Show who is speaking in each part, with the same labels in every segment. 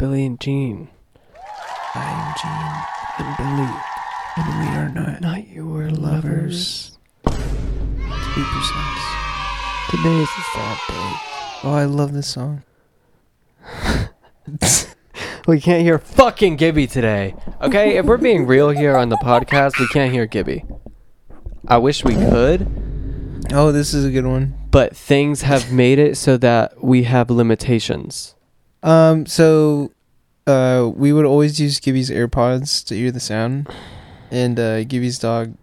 Speaker 1: Gene.
Speaker 2: I'm Gene. I'm Billy. And we are not,
Speaker 1: Not your lovers.
Speaker 2: lovers. To be precise.
Speaker 1: Today is a sad day.
Speaker 2: Oh, I love this song.
Speaker 1: We can't hear fucking Gibby today. Okay, if we're being real here on the podcast, we can't hear Gibby. I wish we could,
Speaker 2: Oh, this is a good one.
Speaker 1: but things have made it so that we have limitations.
Speaker 2: Um, so, uh, we would always use Gibby's AirPods to hear the sound, and uh, Gibby's dog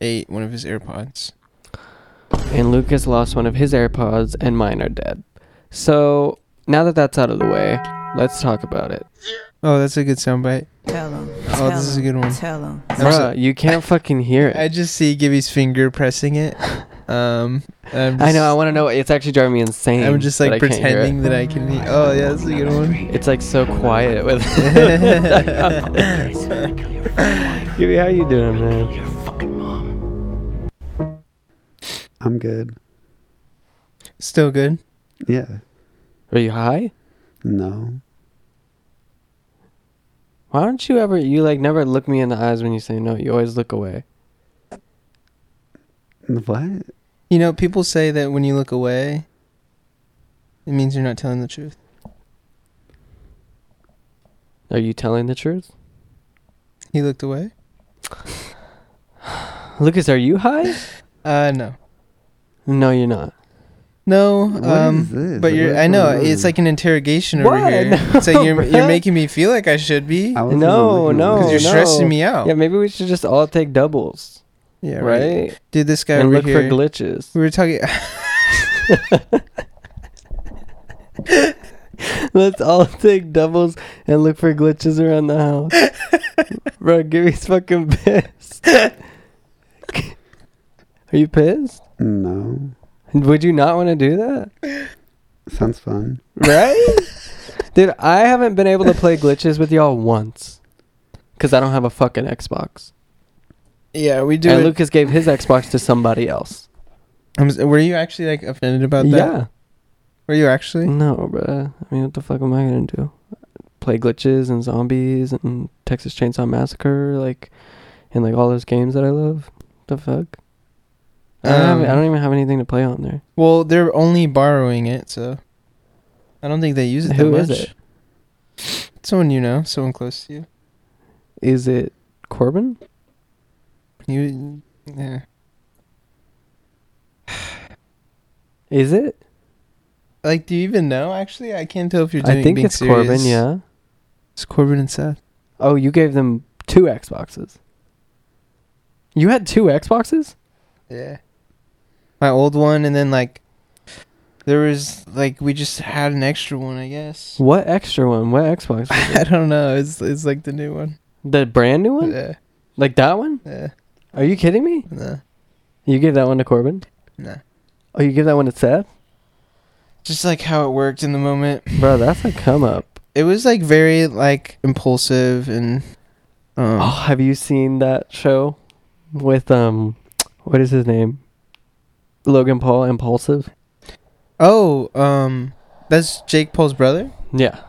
Speaker 2: ate one of his AirPods.
Speaker 1: And Lucas lost one of his AirPods, and mine are dead. So, now that that's out of the way, let's talk about it.
Speaker 2: Oh, that's a good soundbite.
Speaker 3: Tell him.
Speaker 2: Oh, this is a good one.
Speaker 3: Tell him.
Speaker 2: I'm so-
Speaker 1: Bruh, you can't fucking hear it.
Speaker 2: I just see Gibby's finger pressing it. Um, I'm just,
Speaker 1: I know. I want to know. It's actually driving me insane.
Speaker 2: I'm just
Speaker 1: but
Speaker 2: like
Speaker 1: I can't hear it.
Speaker 2: pretending that I can. Hear. Oh yeah, that's a good one.
Speaker 1: It's like so quiet with. Gibby, how you doing, man?
Speaker 4: I'm good.
Speaker 2: Still good.
Speaker 4: Yeah.
Speaker 1: Are you high?
Speaker 4: No.
Speaker 1: Why don't you ever? You like never look me in the eyes when you say no. You always look away.
Speaker 4: What?
Speaker 2: You know, people say that when you look away, it means you're not telling the truth.
Speaker 1: Are you telling the truth?
Speaker 2: He looked away.
Speaker 1: Lucas, are you high?
Speaker 2: Uh, no,
Speaker 1: No, you're not.
Speaker 2: no.
Speaker 4: What
Speaker 2: um,
Speaker 4: is this?
Speaker 2: but
Speaker 4: Like,
Speaker 2: you're.
Speaker 4: what's
Speaker 2: I know
Speaker 4: going
Speaker 2: it's
Speaker 4: on?
Speaker 2: like an interrogation over
Speaker 1: What?
Speaker 2: here.
Speaker 1: No,
Speaker 2: it's like you're
Speaker 1: bruh.
Speaker 2: you're making me feel like I should be
Speaker 4: I wasn't
Speaker 1: No,
Speaker 4: looking
Speaker 1: no,
Speaker 4: away.
Speaker 2: because you're
Speaker 1: Oh, no.
Speaker 2: stressing me out.
Speaker 1: Yeah, maybe we should just all take doubles,
Speaker 2: Yeah,
Speaker 1: right?
Speaker 2: right. Dude, this guy
Speaker 1: And
Speaker 2: over
Speaker 1: look
Speaker 2: here.
Speaker 1: for glitches.
Speaker 2: we were talking.
Speaker 1: Let's all take doubles and look for glitches around the house. Bro, Gibby's fucking pissed. Are you pissed?
Speaker 4: No.
Speaker 1: Would you not want to do that?
Speaker 4: Sounds fun.
Speaker 1: Right? Dude, I haven't been able to play glitches with y'all once. Because I don't have a fucking Xbox.
Speaker 2: yeah, we do.
Speaker 1: and
Speaker 2: it-
Speaker 1: Lucas gave his Xbox to somebody else.
Speaker 2: I'm s- were you actually like offended about that?
Speaker 1: Yeah.
Speaker 2: Were you actually?
Speaker 1: No, bruh. I mean, what the fuck am I gonna do? Play glitches and zombies and Texas Chainsaw Massacre, like, and like all those games that I love. The fuck. Mm-hmm. I don't, have, I
Speaker 2: Um,
Speaker 1: don't even have anything to play on there.
Speaker 2: Well, they're only borrowing it, so I don't think they use it that
Speaker 1: Who
Speaker 2: much.
Speaker 1: is it?
Speaker 2: Someone you know, someone close to you.
Speaker 1: Is it Corbin?
Speaker 2: You, yeah.
Speaker 1: Is it?
Speaker 2: Like, do you even know? Actually, I can't tell if you're. Doing,
Speaker 1: I think
Speaker 2: being
Speaker 1: it's
Speaker 2: serious.
Speaker 1: Corbin. Yeah.
Speaker 2: it's Corbin and Seth.
Speaker 1: Oh, you gave them two Xboxes. You had two Xboxes?
Speaker 2: Yeah, my old one, and then like, there was like we just had an extra one, I guess.
Speaker 1: What extra one? What Xbox? was
Speaker 2: I don't know. It's it's like the new one.
Speaker 1: it? the brand new one?
Speaker 2: Yeah,
Speaker 1: Like that one?
Speaker 2: yeah,
Speaker 1: Are you kidding me?
Speaker 2: no,
Speaker 1: You gave that one to Corbin?
Speaker 2: no.
Speaker 1: Oh, you gave that one to Seth?
Speaker 2: Just like how it worked in the moment.
Speaker 1: Bro, that's a come up.
Speaker 2: It was like very like impulsive and. Um,
Speaker 1: Oh, have you seen that show with um what is his name? Logan Paul Impulsive?
Speaker 2: Oh, um, that's Jake Paul's brother.
Speaker 1: Yeah.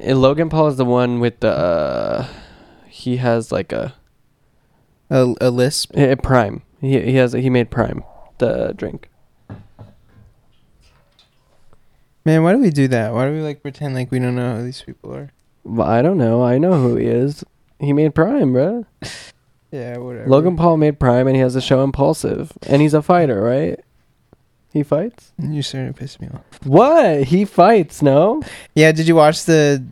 Speaker 1: And Logan Paul is the one with the uh, he has like a,
Speaker 2: A, a lisp.
Speaker 1: a prime. He he has he made prime the drink.
Speaker 2: Man, why do we do that? Why do we like pretend like we don't know who these people are?
Speaker 1: Well, I don't know. I know who he is. He made prime, bruh.
Speaker 2: Yeah, whatever.
Speaker 1: Logan Paul made prime and he has the show Impulsive and he's a fighter, right? He fights?
Speaker 2: you starting to piss me off.
Speaker 1: What? He fights, no?
Speaker 2: Yeah, did you watch the?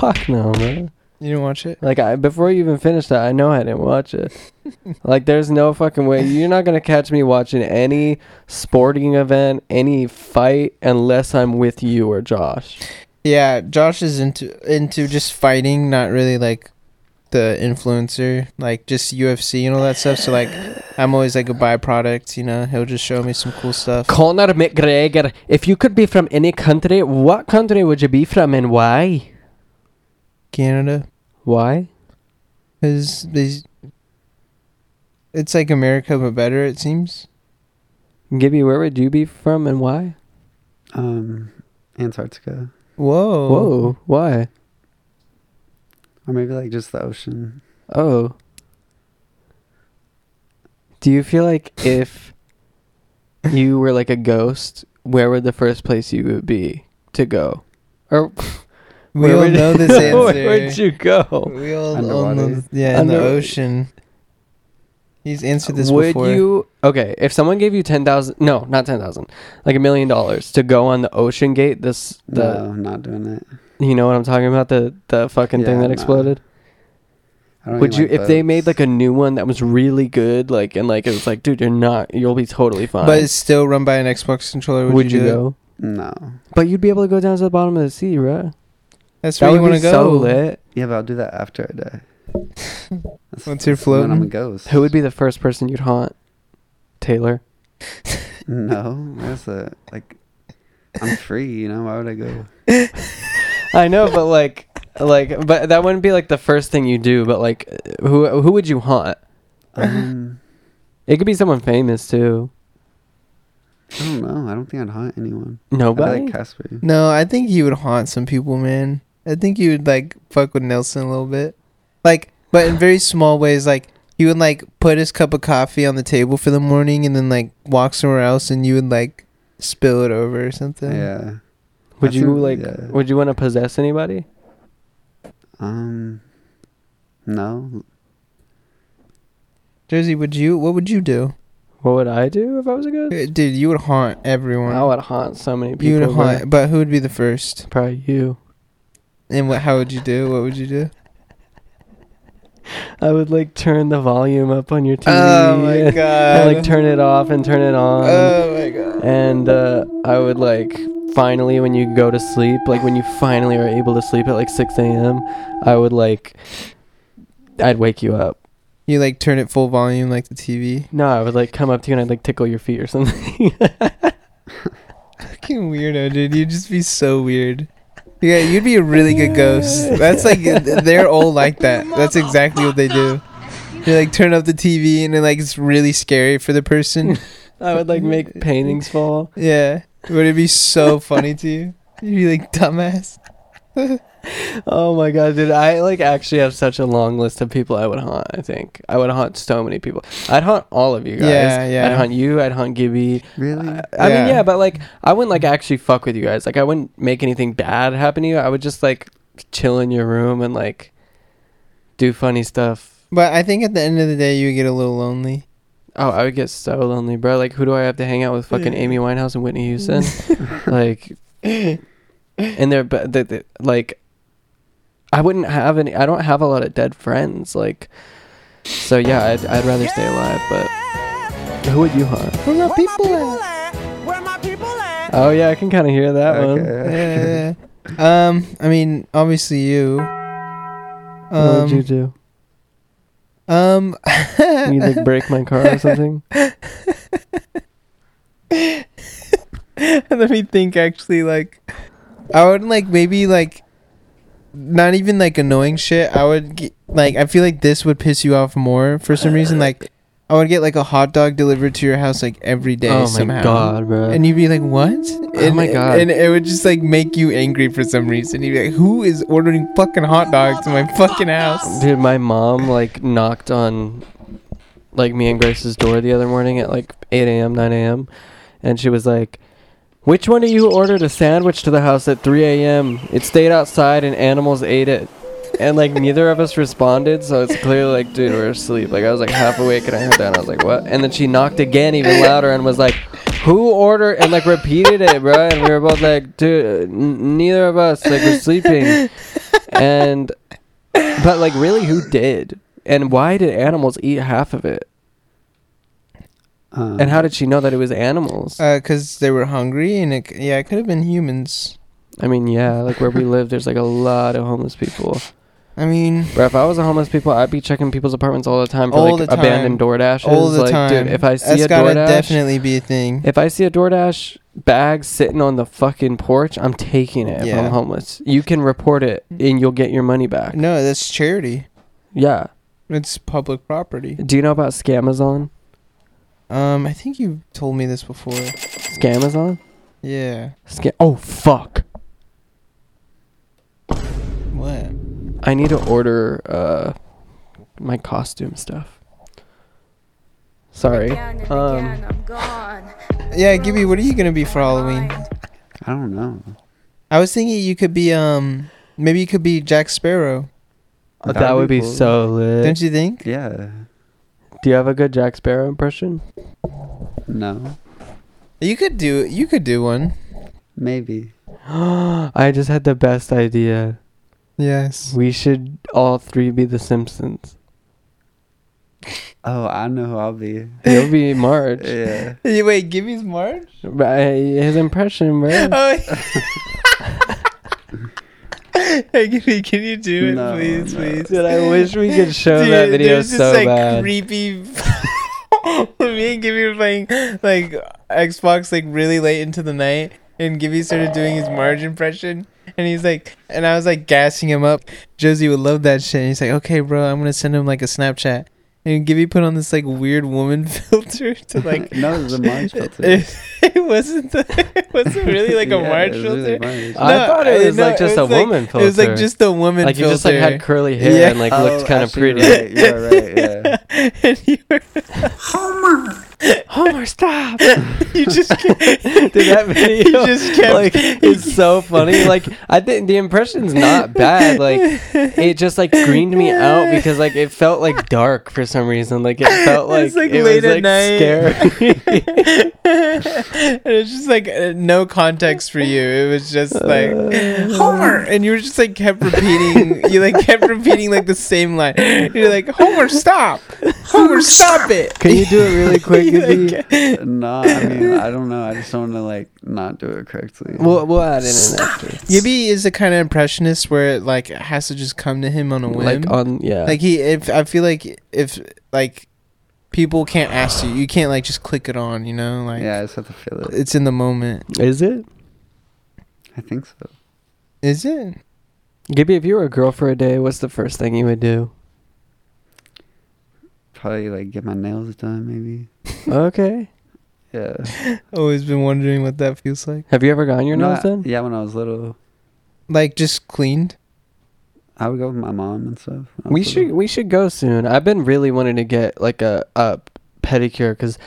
Speaker 1: Fuck no, man.
Speaker 2: You didn't watch it?
Speaker 1: Like I before you even finished that, I know I didn't watch it. like there's no fucking way you're not gonna catch me watching any sporting event, any fight, unless I'm with you or Josh.
Speaker 2: Yeah, Josh is into into just fighting, not really like the influencer, like just UFC and all that stuff. So like, I'm always like a byproduct. You know, he'll just show me some cool stuff.
Speaker 1: Conor McGregor, if you could be from any country, what country would you be from and why?
Speaker 2: Canada,
Speaker 1: Why?
Speaker 2: because it's like America but better. It seems.
Speaker 1: Gibby, where would you be from and why?
Speaker 4: Um, Antarctica.
Speaker 2: Whoa.
Speaker 1: Whoa, why?
Speaker 4: Or maybe like just the ocean.
Speaker 1: Oh. Do you feel like if you were like a ghost, where would the first place you would be to go? Or
Speaker 2: We
Speaker 1: where
Speaker 2: all
Speaker 1: would-
Speaker 2: know this answer.
Speaker 1: where would you go?
Speaker 2: We all all
Speaker 4: Underwater.
Speaker 2: know, yeah, in the
Speaker 1: Under-
Speaker 2: ocean. He's answered this
Speaker 1: would
Speaker 2: before.
Speaker 1: you Okay, if someone gave you 10,000 no, not 10,000. Like a million dollars to go on the Ocean Gate, this the
Speaker 4: no, not doing it.
Speaker 1: you know what I'm talking about, the the fucking
Speaker 4: Yeah,
Speaker 1: thing that
Speaker 4: no.
Speaker 1: exploded?
Speaker 4: I don't
Speaker 1: Would
Speaker 4: even
Speaker 1: you
Speaker 4: like
Speaker 1: if they
Speaker 4: boats.
Speaker 1: made like a new one that was really good like and like it was like dude, you're not you'll be totally fine.
Speaker 2: But it's still run by an Xbox controller. Would, you, do that?
Speaker 1: go?
Speaker 4: no?
Speaker 1: But you'd be able to go down to the bottom of the sea, right?
Speaker 2: That's
Speaker 1: that
Speaker 2: where you
Speaker 1: would
Speaker 2: want
Speaker 1: be
Speaker 2: to go.
Speaker 1: so lit.
Speaker 4: Yeah, but I'll do that after I die. That's
Speaker 2: Once you're
Speaker 4: when I'm a
Speaker 2: floating.
Speaker 4: ghost.
Speaker 1: Who would be the first person you'd haunt? Taylor.
Speaker 4: No, that's a like. I'm free, you know. Why would I go?
Speaker 1: I know, but like, like, but that wouldn't be like the first thing you do. But like, who who would you haunt?
Speaker 4: Um,
Speaker 1: It could be someone famous too.
Speaker 4: I don't know. I don't think I'd haunt anyone. I'd be
Speaker 1: Nobody.
Speaker 4: like Casper.
Speaker 2: No, I think he would haunt some people, man. I think he would like fuck with Nelson a little bit, like, but in very small ways. Like he would like put his cup of coffee on the table for the morning, and then like walk somewhere else, and you would like spill it over or something.
Speaker 4: Yeah.
Speaker 1: would
Speaker 4: I
Speaker 1: you
Speaker 4: think-
Speaker 1: like?
Speaker 4: yeah.
Speaker 1: Would you want to possess anybody?
Speaker 4: Um. No.
Speaker 2: Jersey, would you? What would you do,
Speaker 1: What would I do if I was a ghost?
Speaker 2: Uh, dude? You would haunt everyone.
Speaker 1: I would haunt so many people.
Speaker 2: you
Speaker 1: bro.
Speaker 2: would haunt, but who would be the first?
Speaker 1: Probably you.
Speaker 2: And what? How would you do? What would you do?
Speaker 1: I would like turn the volume up on your TV.
Speaker 2: Oh my god!
Speaker 1: And like turn it off and turn it on.
Speaker 2: Oh my god!
Speaker 1: and uh, I would like finally when you go to sleep, like when you finally are able to sleep at like 6 a.m., I would like I'd wake you up.
Speaker 2: You like turn it full volume like the TV.
Speaker 1: No, I would like come up to you and I'd like tickle your feet or something.
Speaker 2: Fucking weirdo, dude. You'd just be so weird. Yeah, you'd be a really good ghost. That's like they're all like that. That's exactly what they do. You like turn up the TV and then like it's really scary for the person.
Speaker 1: I would like make paintings fall.
Speaker 2: Yeah, would it be so funny to you? You'd be like dumbass.
Speaker 1: Oh my god, dude! I like actually have such a long list of people I would haunt. I think I would haunt so many people. I'd haunt all of you guys.
Speaker 2: Yeah, yeah.
Speaker 1: I'd haunt you. I'd haunt Gibby.
Speaker 4: Really?
Speaker 1: I, I
Speaker 2: Yeah.
Speaker 1: mean, yeah, but like, I wouldn't like actually fuck with you guys. Like, I wouldn't make anything bad happen to you. I would just like chill in your room and like do funny stuff.
Speaker 2: But I think at the end of the day, you get a little lonely.
Speaker 1: Oh, I would get so lonely, bro. Like, who do I have to hang out with? Fucking Amy Winehouse and Whitney Houston. like, and they're but they, they, like, I wouldn't have any. I don't have a lot of dead friends. Like, so yeah, I'd I'd rather stay alive. But who would you haunt?
Speaker 2: Where are people at?
Speaker 3: Where my people at?
Speaker 1: Oh yeah, I can kind of hear that one.
Speaker 4: Okay.
Speaker 2: Yeah. Um, I mean, obviously you.
Speaker 1: what would you do?
Speaker 2: Um, um,
Speaker 1: You'd like break my car or something?
Speaker 2: let me think actually like i would like maybe like not even like annoying shit i would get, like i feel like this would piss you off more for some reason like i would get like a hot dog delivered to your house like every day
Speaker 1: oh my
Speaker 2: somehow
Speaker 1: god, bro. Oh
Speaker 2: and you'd be like what and,
Speaker 1: my God.
Speaker 2: and it would just like make you angry for some reason you'd be like who is ordering fucking hot dogs in my fucking house
Speaker 1: Dude, my mom like knocked on like me and Grace's door the other morning at like 8 a.m., 9 a.m. And she was like, Which one of you ordered a sandwich to the house at 3 a.m.? It stayed outside and animals ate it. And like neither of us responded, so it's clearly like, dude, we're asleep. Like I was like half awake and I heard that and I was like, what? And then she knocked again even louder and was like, who ordered? And like repeated it, bro. And we were both like, dude, n- neither of us. Like we're sleeping. And but like, really, who did? And why did animals eat half of it?
Speaker 4: Um,
Speaker 1: uh, And how did she know that it was animals?
Speaker 2: uh because they were hungry and it c- yeah it could have been humans
Speaker 1: I mean, yeah, like where we live, there's like a lot of homeless people.
Speaker 2: i mean
Speaker 1: Bro, if I was a homeless people, I'd be checking people's apartments all the time for
Speaker 2: All
Speaker 1: like
Speaker 2: the time.
Speaker 1: abandoned door DoorDashes.
Speaker 2: all the
Speaker 1: like,
Speaker 2: time
Speaker 1: Dude, if I see
Speaker 2: that's
Speaker 1: a
Speaker 2: gotta
Speaker 1: DoorDash,
Speaker 2: definitely be a thing
Speaker 1: if I see a DoorDash bag sitting on the fucking porch, I'm taking it. If
Speaker 2: Yeah.
Speaker 1: I'm homeless, you can report it and you'll get your money back.
Speaker 2: No, that's charity.
Speaker 1: Yeah.
Speaker 2: It's public property.
Speaker 1: Do you know about Scamazon?
Speaker 2: Um, I think you told me this before.
Speaker 1: Scamazon?
Speaker 2: Yeah.
Speaker 1: Scam? Oh fuck.
Speaker 2: What?
Speaker 1: I need to order uh my costume stuff. Sorry.
Speaker 5: Again and
Speaker 1: Um
Speaker 5: again, I'm gone.
Speaker 2: Yeah, Gibby, what are you gonna be for Halloween?
Speaker 4: I don't know.
Speaker 2: I was thinking you could be um maybe you could be Jack Sparrow,
Speaker 1: Oh, that, would be,
Speaker 4: cool.
Speaker 1: so lit.
Speaker 2: don't you think?
Speaker 4: Yeah.
Speaker 1: Do you have a good Jack Sparrow impression?
Speaker 4: No.
Speaker 2: You could do you could do one.
Speaker 4: Maybe.
Speaker 1: I just had the best idea.
Speaker 2: Yes.
Speaker 1: We should all three be the Simpsons.
Speaker 4: Oh, I know who I'll be.
Speaker 1: You'll be Marge.
Speaker 4: Yeah.
Speaker 2: Wait, Gibby's Marge?
Speaker 1: Right, His impression, bro.
Speaker 2: Oh. hey, Gibby, can you do it,
Speaker 4: No,
Speaker 2: please,
Speaker 4: no.
Speaker 2: please?
Speaker 1: Dude, I wish we could show that
Speaker 2: Dude,
Speaker 1: video
Speaker 2: there's
Speaker 1: so bad.
Speaker 2: creepy. Me and Gibby were playing like Xbox like really late into the night, and Gibby started doing his Marge impression, and he's like, and I was like gassing him up. Josie would love that shit. And he's like, okay, bro, I'm gonna send him like a Snapchat, and Gibby put on this like weird woman filter to like.
Speaker 4: no, the Marge filter.
Speaker 2: It, it wasn't. The, it wasn't really like a
Speaker 4: Yeah,
Speaker 2: Marge
Speaker 4: it was really
Speaker 2: filter.
Speaker 4: Marge.
Speaker 1: I
Speaker 2: No,
Speaker 1: thought it
Speaker 2: I-
Speaker 1: was
Speaker 2: no,
Speaker 1: like just
Speaker 2: it
Speaker 1: a
Speaker 2: was like-
Speaker 1: woman filter.
Speaker 2: It was like just a woman
Speaker 1: like you
Speaker 2: filter.
Speaker 1: just like had curly hair
Speaker 2: Yeah.
Speaker 1: and like
Speaker 4: Oh,
Speaker 1: looked kind of
Speaker 4: actually, you're
Speaker 1: pretty.
Speaker 4: Right, you're right, yeah.
Speaker 2: and you were
Speaker 1: Homer, stop!
Speaker 2: you just can't-
Speaker 1: Dude, that video,
Speaker 2: just kept-
Speaker 1: like, it's so funny. Like, I think the impression's not bad. Like, it just like greened me out because like it felt like dark for some reason. Like it felt like
Speaker 2: It's, like,
Speaker 1: it
Speaker 2: late
Speaker 1: was
Speaker 2: at
Speaker 1: like
Speaker 2: night.
Speaker 1: scary.
Speaker 2: and it's just like uh, no context for you. It was just like
Speaker 1: Uh.
Speaker 2: Homer, and you were just like kept repeating. You like kept repeating like the same line. You're like Homer, stop! Homer, stop it!
Speaker 1: Can you do it really quick?
Speaker 2: You, like,
Speaker 1: Izzy?
Speaker 4: No, I mean, I don't know. I just don't want to like not do it correctly.
Speaker 1: we'll we'll add in an after.
Speaker 2: Gibby is the kind of impressionist where it like has to just come to him on a whim.
Speaker 1: Like on yeah.
Speaker 2: like he if i feel like if like people can't ask you you can't like just click it on you know like
Speaker 4: yeah, I just have to feel it.
Speaker 2: it's in the moment
Speaker 1: is it?
Speaker 4: I think so.
Speaker 2: is it
Speaker 1: Gibby, if you were a girl for a day, what's the first thing you would do?
Speaker 4: Probably like get my nails done, maybe.
Speaker 1: Okay.
Speaker 4: Yeah.
Speaker 2: always been wondering what that feels like
Speaker 1: Have you ever gotten your
Speaker 4: No,
Speaker 1: nose
Speaker 4: I-
Speaker 1: done?
Speaker 4: Yeah, when I was little,
Speaker 2: like just cleaned
Speaker 4: I would go with my mom and stuff. when I
Speaker 1: We
Speaker 4: was
Speaker 1: should
Speaker 4: little.
Speaker 1: we should go soon. I've been really wanting to get like a a pedicure because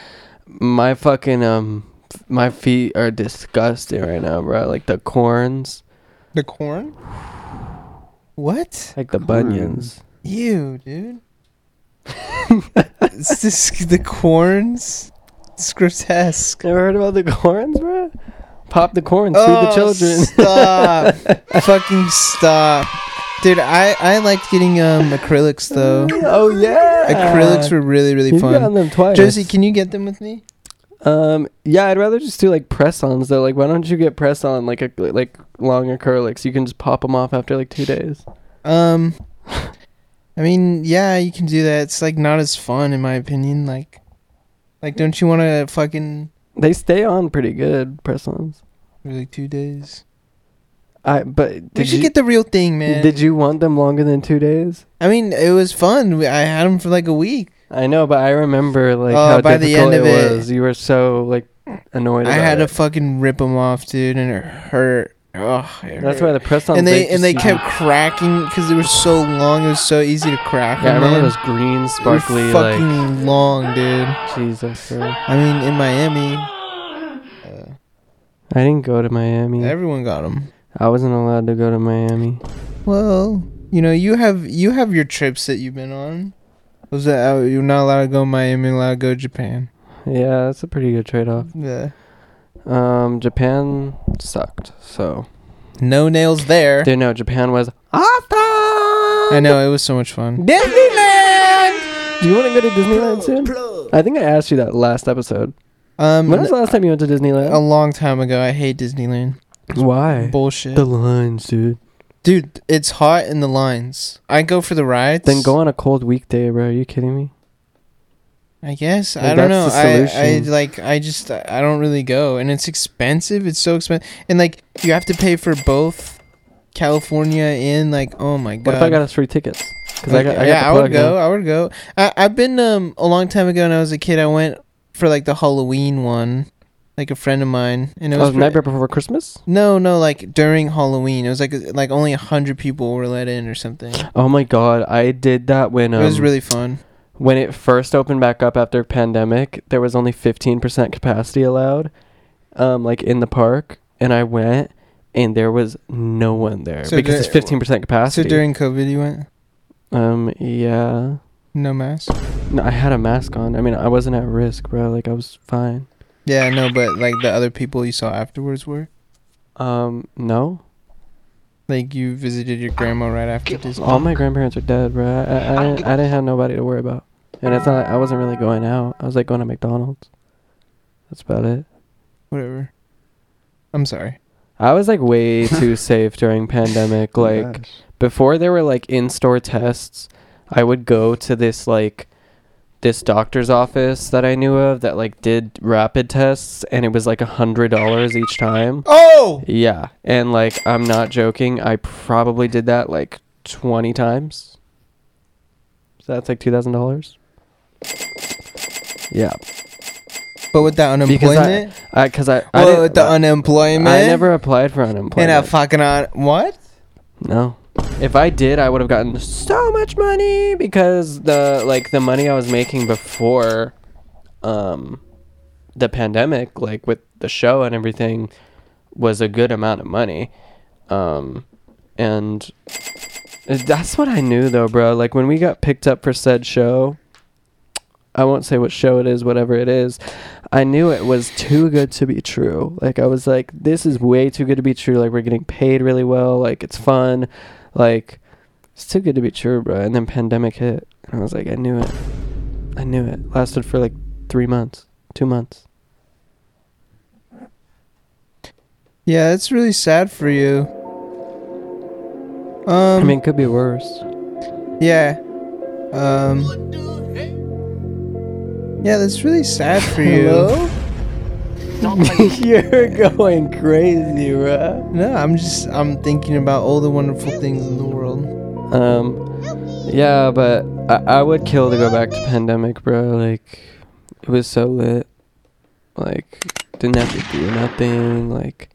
Speaker 1: my fucking um f- my feet are disgusting right now, bro. Like the corns,
Speaker 2: the corn what
Speaker 1: like the bunions.
Speaker 2: you dude it's just the corns it's grotesque
Speaker 1: Never heard about the corns, bro. Pop the corns, sue
Speaker 2: Oh,
Speaker 1: the children.
Speaker 2: stop fucking stop dude i i liked getting um acrylics though
Speaker 1: oh yeah,
Speaker 2: acrylics were really really
Speaker 1: You've
Speaker 2: fun
Speaker 1: gotten them twice.
Speaker 2: josie can you get them with me
Speaker 1: um, yeah, I'd rather just do like press-ons though. Like, why don't you get press-on like a like long acrylics? You can just pop them off after like two days.
Speaker 2: um i mean yeah you can do that it's like not as fun in my opinion like like don't you want to fucking
Speaker 1: They stay on pretty good press-ons.
Speaker 2: really two days
Speaker 1: I but
Speaker 2: we
Speaker 1: did
Speaker 2: should
Speaker 1: you
Speaker 2: get the real thing man
Speaker 1: Did you want them longer than two days?
Speaker 2: i mean it was fun We- i had them for like a week
Speaker 1: I know, but I remember like
Speaker 2: Oh,
Speaker 1: how
Speaker 2: by the
Speaker 1: difficult
Speaker 2: end of
Speaker 1: it
Speaker 2: it-
Speaker 1: was. You were so like annoyed.
Speaker 2: i
Speaker 1: about
Speaker 2: had to
Speaker 1: it.
Speaker 2: fucking rip them off dude and it hurt Ugh, it
Speaker 1: That's
Speaker 2: hurt.
Speaker 1: why the press on.
Speaker 2: and they and they kept cracking because they were so long. It was so easy to crack.
Speaker 1: Yeah, I
Speaker 2: them,
Speaker 1: remember
Speaker 2: man.
Speaker 1: those green,
Speaker 2: They were
Speaker 1: sparkly
Speaker 2: fucking
Speaker 1: like
Speaker 2: long, dude.
Speaker 1: Jesus. bro.
Speaker 2: I mean, in Miami, uh,
Speaker 1: I didn't go to Miami.
Speaker 2: everyone got them.
Speaker 1: I wasn't allowed to go to Miami.
Speaker 2: Well, you know, you have you have your trips that you've been on. Was that uh, you're not allowed to go Miami, allowed to go Japan?
Speaker 1: Yeah, that's a pretty good trade off.
Speaker 2: Yeah.
Speaker 1: Um, Japan sucked. So,
Speaker 2: No nails there.
Speaker 1: dude, no, Japan was.
Speaker 4: Oh
Speaker 2: I know it was so much fun.
Speaker 1: Do you want to go to Disneyland soon? I think I asked you that last episode.
Speaker 2: Um,
Speaker 1: When was the last time you went to
Speaker 2: a
Speaker 1: Disneyland?
Speaker 2: long time ago. I hate Disneyland.
Speaker 1: Why?
Speaker 2: Bullshit,
Speaker 1: The lines, dude.
Speaker 2: dude. It's hot in the lines. I go for the rides.
Speaker 1: Then go on a cold weekday, bro. Are you kidding me?
Speaker 2: I guess
Speaker 1: Like,
Speaker 2: I don't know.
Speaker 1: that's the
Speaker 2: I, I
Speaker 1: solution.
Speaker 2: like I just I don't really go, and it's expensive. It's so expensive, and like you have to pay for both California and like oh my god.
Speaker 1: What if I got us free tickets? Because I got, I got
Speaker 2: yeah,
Speaker 1: the
Speaker 2: I would
Speaker 1: plug
Speaker 2: go.
Speaker 1: now.
Speaker 2: I would go. I I've been um a long time ago when I was a kid. I went for like the Halloween one, like a friend of mine, and it
Speaker 1: That
Speaker 2: was
Speaker 1: was Oh, Night
Speaker 2: pre-
Speaker 1: Before Christmas.
Speaker 2: no, no, like during Halloween. It was like like only a hundred people were let in or something.
Speaker 1: Oh my god, I did that when um,
Speaker 2: It was really fun.
Speaker 1: when it first opened back up after pandemic. There was only fifteen percent capacity allowed, um, like in the park, and I went, and there was no one there
Speaker 2: So
Speaker 1: because
Speaker 2: dur-
Speaker 1: it's fifteen percent
Speaker 2: So
Speaker 1: capacity.
Speaker 2: during COVID, you went
Speaker 1: um, yeah,
Speaker 2: no mask.
Speaker 1: no, I had a mask on. I mean, I wasn't at risk, bro. Like I was fine.
Speaker 2: Yeah, no, but like the other people you saw afterwards were
Speaker 1: Um, no,
Speaker 2: like you visited your grandma right after Disney.
Speaker 1: all my grandparents are dead, bro. I I, I, didn't, I didn't have nobody to worry about, and it's not. Like I wasn't really going out. I was like going to McDonald's. That's about it.
Speaker 2: Whatever. I'm sorry.
Speaker 1: I was like way too safe during pandemic. Like
Speaker 4: Gosh.
Speaker 1: before there were like in-store tests, I would go to this like this doctor's office that I knew of that like did rapid tests and it was like a hundred dollars each time.
Speaker 2: Oh,
Speaker 1: Yeah. And like I'm not joking, I probably did that like twenty times. So that's like two thousand dollars. Yeah,
Speaker 2: but with that
Speaker 1: Because I-
Speaker 2: unemployment,
Speaker 1: because I, I,
Speaker 2: well, with
Speaker 1: didn't-
Speaker 2: the unemployment,
Speaker 1: I never applied for unemployment.
Speaker 2: and a fucking on what?
Speaker 1: No. If I did, I would have gotten so much money because the like the money I was making before um the pandemic, like with the show and everything, was a good amount of money. Um and that's what I knew though, bro. Like when we got picked up for said show, I won't say what show it is, whatever it is. I knew it was too good to be true. Like I was like, this is way too good to be true. Like we're getting paid really well. Like it's fun. Like it's too good to be true, bro. And then pandemic hit, and I was like, I knew it. I knew it. Lasted for like three months, two months.
Speaker 2: Yeah, it's really sad for you. Um,
Speaker 1: I mean, it could be worse.
Speaker 2: yeah, um, yeah, that's really sad for you.
Speaker 1: You're going crazy, bro.
Speaker 2: No, I'm just I'm thinking about all the wonderful things in the world.
Speaker 1: Um, yeah, but I, I would kill to go back to pandemic, bro. Like, it was so lit. Like, didn't have to do nothing. Like,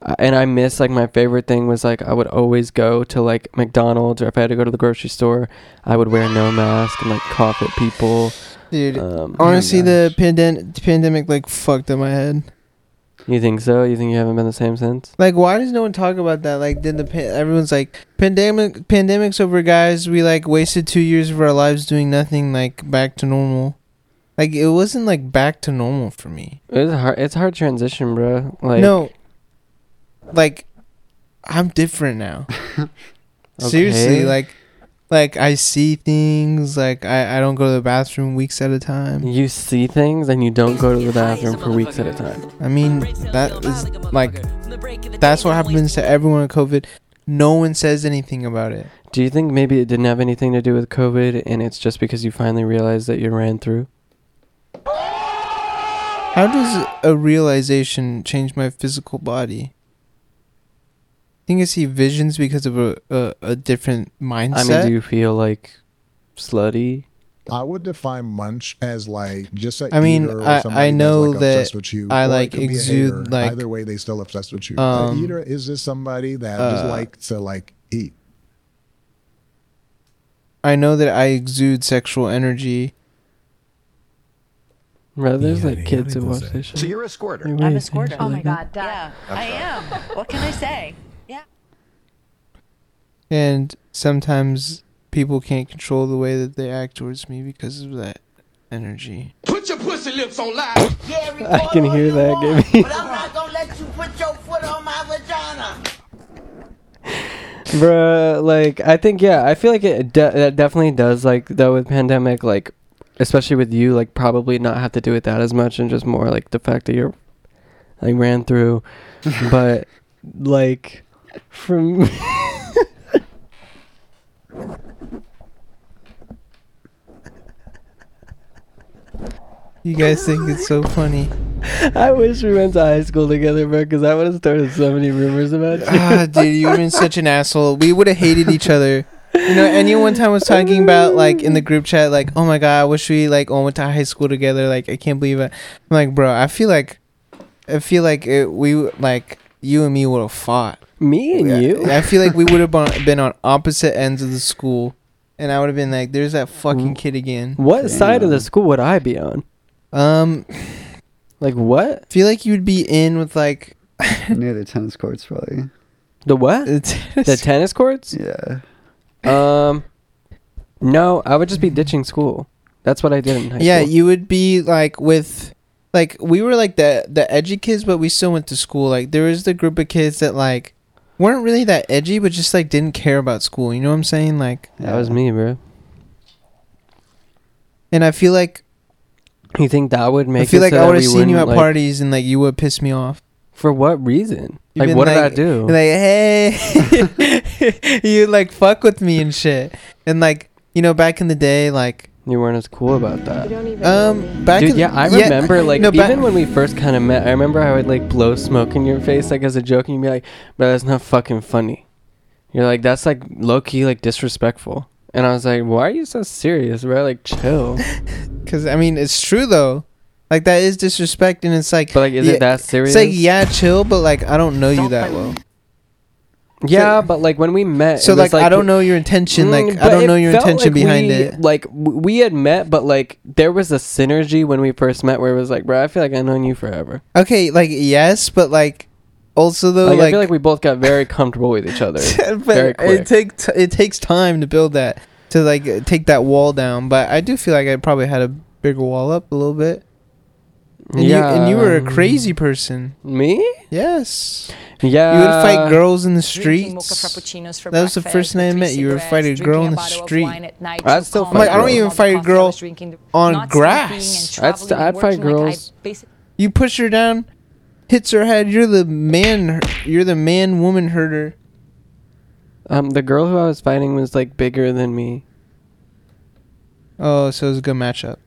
Speaker 1: I- and I miss like my favorite thing was like I would always go to like McDonald's or if I had to go to the grocery store, I would wear no mask and like cough at people.
Speaker 2: Dude,
Speaker 1: Um,
Speaker 2: honestly, the
Speaker 4: gosh.
Speaker 2: pandem- pandemic like fucked up my head.
Speaker 1: you think so? You think you haven't been the same since?
Speaker 2: Like, why does no one talk about that? Like, did the pan- everyone's like pandemic pandemics over, guys? We like wasted two years of our lives doing nothing. Like back to normal. Like it wasn't like back to normal for me.
Speaker 1: It was a hard. It's a hard transition, bro. Like,
Speaker 2: no, like I'm different now. Seriously,
Speaker 1: Okay.
Speaker 2: like, like I see things. Like I I don't go to the bathroom weeks at a time.
Speaker 1: You see things and you don't go to the bathroom for weeks at a time.
Speaker 2: I mean that is like that's what happens to everyone in COVID. No one says anything about it.
Speaker 1: Do you think maybe it didn't have anything to do with COVID and it's just because you finally realized that you ran through?
Speaker 2: How does a realization change my physical body? I think I see visions because of a, a, a different mindset.
Speaker 1: I mean, do you feel like slutty?
Speaker 5: I would define munch as like just a
Speaker 2: I mean,
Speaker 5: eater or
Speaker 2: I-
Speaker 5: somebody
Speaker 2: I
Speaker 5: that's,
Speaker 2: know
Speaker 5: like,
Speaker 2: that
Speaker 5: obsessed with you,
Speaker 2: I,
Speaker 5: or it
Speaker 2: like,
Speaker 5: could be a
Speaker 2: exude,
Speaker 5: hater.
Speaker 2: like,
Speaker 5: either way they still obsessed with you.
Speaker 2: um,
Speaker 5: the eater is just somebody that just
Speaker 2: uh,
Speaker 5: likes to like eat.
Speaker 2: I know that I exude sexual energy.
Speaker 1: Bro, there's
Speaker 5: Yeah,
Speaker 1: like
Speaker 5: yeah,
Speaker 1: kids
Speaker 5: it
Speaker 1: who watch
Speaker 5: doesn't.
Speaker 1: this shit.
Speaker 6: So you're a squirter.
Speaker 1: Like, what do
Speaker 7: I'm
Speaker 1: you
Speaker 7: a
Speaker 1: think?
Speaker 7: squirter.
Speaker 8: Oh my god, duh.
Speaker 7: Yeah, I am. What can I say?
Speaker 2: And sometimes people can't control the way that they act towards me because of that energy.
Speaker 6: Put your pussy lips on live.
Speaker 1: I can hear that, Gabby.
Speaker 8: But I'm not gonna let you put your foot on my vagina.
Speaker 1: Bro, like I think yeah, I feel like it de- that definitely does like though with pandemic like especially with you like probably not have to do with that as much and just more like the fact that you're like ran through but like from
Speaker 2: You guys think it's so funny.
Speaker 1: I wish we went to high school together, bro, because I would have started so many rumors about you.
Speaker 2: ah, dude, you've been such an asshole. We would have hated each other. You know, and you one time was talking about like in the group chat, like, oh my god, I wish we like all went to high school together. Like, I can't believe it. I'm like, bro, I feel like I feel like it, we like you and me would have fought.
Speaker 1: Me and you?
Speaker 2: I feel like we would have bon- been on opposite ends of the school, and I would have been like, "There's that fucking kid again."
Speaker 1: What side of the school would I be on?
Speaker 2: Um,
Speaker 1: Like what?
Speaker 2: feel like you'd be in with like
Speaker 4: Near the tennis courts, probably.
Speaker 1: The what? The tennis courts?
Speaker 4: Yeah.
Speaker 1: Um, no, I would just be ditching school. That's what I did in high
Speaker 2: yeah,
Speaker 1: school.
Speaker 2: you would be like with like we were like the the edgy kids, but we still went to school. Like there was the group of kids that like weren't really that edgy, but just like didn't care about school. You know what I'm saying? Like,
Speaker 1: that was me, bro.
Speaker 2: and I feel like
Speaker 1: You think that would make?
Speaker 2: I feel
Speaker 1: it
Speaker 2: like
Speaker 1: so
Speaker 2: I
Speaker 1: that
Speaker 2: would have
Speaker 1: we
Speaker 2: seen you
Speaker 1: wouldn't, like-
Speaker 2: at parties and like you would piss me off.
Speaker 1: For what reason?
Speaker 2: You'd
Speaker 1: like,
Speaker 2: been
Speaker 1: what did I do?
Speaker 2: Like, hey, you like fuck with me and shit, and like you know back in the day, like
Speaker 1: you weren't as cool about that,
Speaker 2: um back
Speaker 1: dude.
Speaker 2: in,
Speaker 1: Yeah, I remember. Like,
Speaker 2: no, ba-
Speaker 1: even when we first kind of met, I remember I would like blow smoke in your face, like as a joke, and you'd be like, "Bro, that's not fucking funny." You're like, "That's like low key, like disrespectful." And I was like, "Why are you so serious, bro? Like, chill."
Speaker 2: Because I mean, it's true though. Like that is disrespect, and it's like.
Speaker 1: But like, is
Speaker 2: yeah,
Speaker 1: it that serious?
Speaker 2: It's like yeah, chill, but like I don't know you that well.
Speaker 1: yeah, but like when we met,
Speaker 2: So
Speaker 1: it was,
Speaker 2: like, I don't know your intention.
Speaker 1: Mm,
Speaker 2: Like I
Speaker 1: but
Speaker 2: don't
Speaker 1: it
Speaker 2: know your
Speaker 1: felt
Speaker 2: intention
Speaker 1: like
Speaker 2: behind
Speaker 1: we-
Speaker 2: it.
Speaker 1: Like w- we had met, but like there was a synergy when we first met where it was like, bro, I feel like I've known you forever.
Speaker 2: Okay, like yes, but like also though
Speaker 1: Like,
Speaker 2: like.
Speaker 1: I feel like we both got very comfortable with each other. very
Speaker 2: but
Speaker 1: quick.
Speaker 2: it take t- it takes time to build that to like uh, take that wall down. But I do feel like I probably had a bigger wall up a little bit. And you and you were a crazy person.
Speaker 1: me.
Speaker 2: Yes,
Speaker 1: Yeah,
Speaker 2: you would fight
Speaker 1: girls.
Speaker 2: girls in the
Speaker 9: Drinking mocha
Speaker 2: streets.
Speaker 9: frappuccinos for
Speaker 2: That was the
Speaker 9: breakfast
Speaker 2: first night I
Speaker 9: with
Speaker 2: met
Speaker 9: three
Speaker 2: you. You were
Speaker 9: cigarettes,
Speaker 2: fighting a girl
Speaker 9: drinking
Speaker 2: on the
Speaker 9: bottle of
Speaker 2: street.
Speaker 9: wine at night,
Speaker 1: I'd
Speaker 9: just
Speaker 1: still
Speaker 9: calm
Speaker 1: fight
Speaker 9: down
Speaker 1: girls. I'm like, I don't
Speaker 9: from
Speaker 2: even
Speaker 9: all the
Speaker 2: fight a
Speaker 9: coffee I
Speaker 2: girl
Speaker 9: was drinking,
Speaker 2: on
Speaker 9: not sleeping
Speaker 2: grass.
Speaker 9: and
Speaker 1: I'd
Speaker 9: traveling
Speaker 1: st-
Speaker 9: and
Speaker 1: I'd fight
Speaker 9: working, like, I
Speaker 1: girls.
Speaker 9: basi-
Speaker 2: You push her down, hits her head. You're the man. You're the man woman herder.
Speaker 1: Um, the girl who I was fighting was like bigger than me.
Speaker 2: Oh, so it was a good matchup.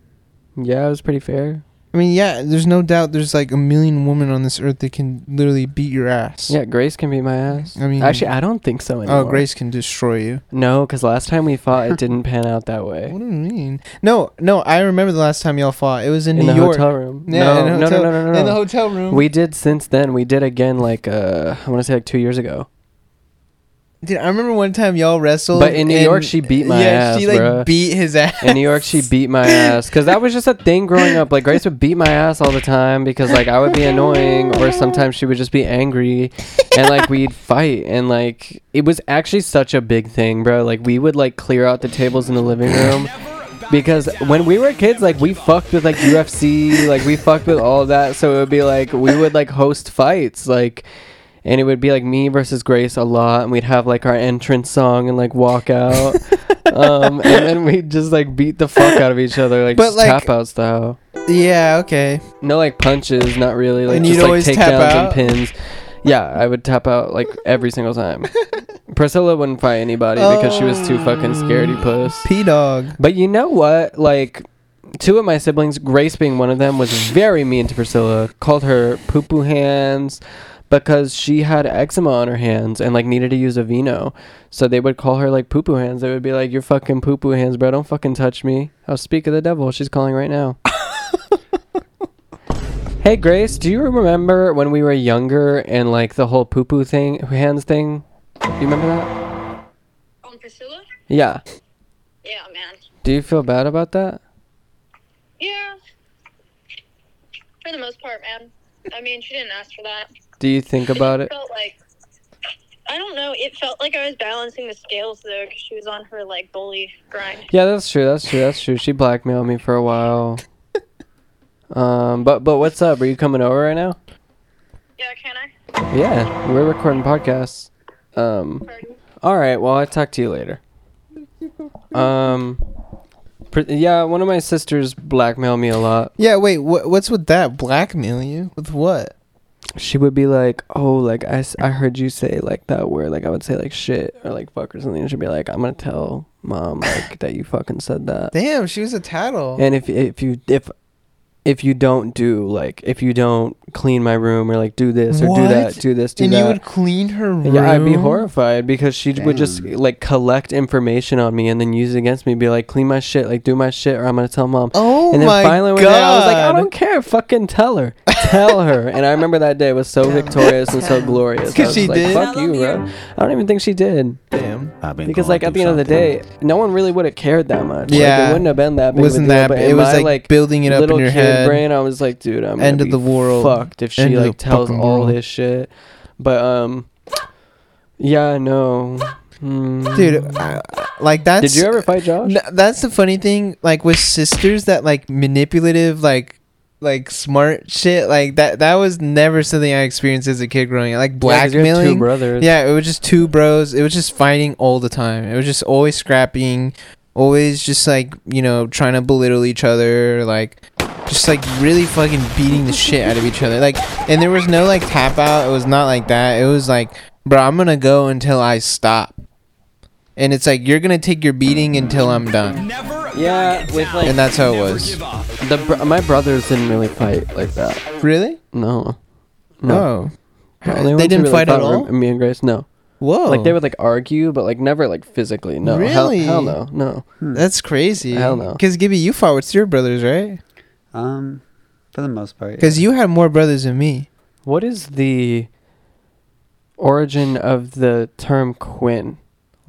Speaker 1: Yeah, it was pretty fair.
Speaker 2: I mean, yeah, there's no doubt. There's like a million women on this earth that can literally beat your ass.
Speaker 1: Yeah, Grace can be my ass.
Speaker 2: I mean-
Speaker 1: actually, I don't think so anymore.
Speaker 2: Oh, Grace can destroy you.
Speaker 1: No, because last time we fought, it didn't pan out that way.
Speaker 2: What do you mean? No, no, I remember the last time y'all fought. It was in,
Speaker 1: In
Speaker 2: New
Speaker 1: the
Speaker 2: York.
Speaker 1: hotel room.
Speaker 2: Yeah,
Speaker 1: No,
Speaker 2: in the
Speaker 1: no, no,
Speaker 2: hotel,
Speaker 1: no, no, no,
Speaker 2: In the
Speaker 1: no.
Speaker 2: hotel room.
Speaker 1: We did since then. We did again like uh I want to say like 2 years ago.
Speaker 2: Dude, I remember one time y'all wrestled.
Speaker 1: But in New
Speaker 2: and-
Speaker 1: York, she beat my
Speaker 2: Yeah,
Speaker 1: ass,
Speaker 2: she like
Speaker 1: bruh.
Speaker 2: beat his ass.
Speaker 1: In New York she beat my ass cuz that was just a thing growing up. Like Grace would beat my ass all the time because like I would be annoying or sometimes she would just be angry and like we'd fight and like it was actually such a big thing, bro. Like we would like clear out the tables in the living room. Because when we were kids, like we fucked with like UFC, like we fucked with all that. So it would be like we would like host fights, like, and it would be like me versus Grace a lot, and we'd have like our entrance song and like walk out, um, and then we'd just like beat the fuck out of each other, like
Speaker 2: But,
Speaker 1: just
Speaker 2: like-
Speaker 1: tap out style.
Speaker 2: Yeah, okay.
Speaker 1: No like punches, not really. Like
Speaker 2: And
Speaker 1: just
Speaker 2: you'd
Speaker 1: like
Speaker 2: always tap
Speaker 1: takedowns and
Speaker 2: out?
Speaker 1: pins. Yeah, I would tap out like every single time. Priscilla wouldn't fight anybody because she was too fucking scaredy puss.
Speaker 2: P dog.
Speaker 1: But you know what? Like, two of my siblings, Grace being one of them, was very mean to Priscilla. Called her poo poo hands because she had eczema on her hands and like needed to use a vino. So they would call her like poo poo hands. They would be like, "You're fucking poo poo hands, bro. Don't fucking touch me. I'll speak of the devil." She's calling right now. Hey Grace, do you remember when we were younger and like the whole poo poo thing, hands thing? You remember that?
Speaker 10: On Priscilla?
Speaker 1: Yeah.
Speaker 10: Yeah, man.
Speaker 1: Do you feel bad about that?
Speaker 10: Yeah. For the most part, man. I mean, she didn't ask for that.
Speaker 1: Do you think about it?
Speaker 10: Felt like I don't know. It felt like I was balancing the scales though, 'cause she was on her like bully grind.
Speaker 1: Yeah, that's true. That's true. That's true. She blackmailed me for a while. Um, but but what's up? Are you coming over right now?
Speaker 10: Yeah, can I?
Speaker 1: Yeah, we're recording podcasts. Um,
Speaker 10: Pardon?
Speaker 1: all right. Well, I'll talk to you later. Um, pr- yeah, one of my sisters blackmailed me a lot.
Speaker 2: Yeah, wait. What? What's with that? Blackmail you with what?
Speaker 1: She would be like, "Oh, like I, s- I heard you say like that word." Like I would say like shit or like fuck or something. And she'd be like, "I'm gonna tell mom like that you fucking said that."
Speaker 2: Damn, she was a tattle.
Speaker 1: And if if you if if you don't do like if you don't clean my room or like do this or do
Speaker 2: What?
Speaker 1: that, do this, do
Speaker 2: and
Speaker 1: that.
Speaker 2: you would clean her room.
Speaker 1: Yeah, I'd be horrified because she would just
Speaker 4: Damn.
Speaker 1: like collect information on me and then use it against me. Be like, clean my shit, like do my shit, or I'm gonna tell mom.
Speaker 2: Oh
Speaker 1: and then
Speaker 2: my
Speaker 1: finally one day I was like, I
Speaker 2: God.
Speaker 1: don't care, fucking tell her, tell her. And I remember that day was so victorious and so glorious. I
Speaker 2: 'Cause
Speaker 1: was
Speaker 2: she
Speaker 1: like,
Speaker 2: did?
Speaker 1: Fuck you, bro. I don't even think she did
Speaker 2: Damn.
Speaker 9: I've been
Speaker 1: because
Speaker 9: going
Speaker 1: like at the
Speaker 9: through
Speaker 1: end of the
Speaker 9: something.
Speaker 1: day, no one really would have cared that much. like,
Speaker 2: Yeah.
Speaker 1: it wouldn't have been that. Big
Speaker 2: Wasn't
Speaker 1: of a deal,
Speaker 2: that
Speaker 1: But
Speaker 2: b-
Speaker 1: in
Speaker 2: it was,
Speaker 1: my,
Speaker 2: like, building it up in
Speaker 1: little
Speaker 2: your
Speaker 1: kid
Speaker 2: head.
Speaker 1: Brain, I was like, dude, I'm
Speaker 2: End
Speaker 1: gonna
Speaker 2: of the
Speaker 1: be
Speaker 2: world.
Speaker 1: Fucked if she
Speaker 2: End of the
Speaker 1: like tells
Speaker 2: fucking
Speaker 1: all
Speaker 2: world.
Speaker 1: this shit. But um, yeah, no. Mm.
Speaker 2: Dude, I, like that's
Speaker 1: did you ever fight Josh?
Speaker 2: N- that's the funny thing, like with sisters that like manipulative, like like smart shit, like that that was never something I experienced as a kid growing up. Like
Speaker 1: Yeah, 'cause you had two
Speaker 2: blackmailing.
Speaker 1: brothers.
Speaker 2: Yeah, it was just two bros. It was just fighting all the time. It was just always scrapping, always just like, you know, trying to belittle each other, like just like really fucking beating the shit out of each other. Like and there was no like tap out. It was not like that. It was like, bro, I'm going to go until I stop. And it's like you're going to take your beating until I'm done.
Speaker 1: yeah. With like
Speaker 2: And that's how it was.
Speaker 1: the br- my brothers didn't really fight like that.
Speaker 2: Really?
Speaker 1: No, Oh.
Speaker 2: No.
Speaker 1: The only
Speaker 2: They
Speaker 1: ones who
Speaker 2: didn't
Speaker 1: really
Speaker 2: fight at
Speaker 1: fought were
Speaker 2: all?
Speaker 1: Me and Grace, no.
Speaker 2: Whoa.
Speaker 1: Like they would like argue, but like never like physically. No, hell,
Speaker 2: Really?
Speaker 1: hell no, no.
Speaker 2: That's crazy.
Speaker 1: Hell no.
Speaker 2: Cuz Gibby you fought with your brothers, right?
Speaker 4: Um, for the most part.
Speaker 2: Cuz you had more brothers than me.
Speaker 1: What is the origin of the term Quinn?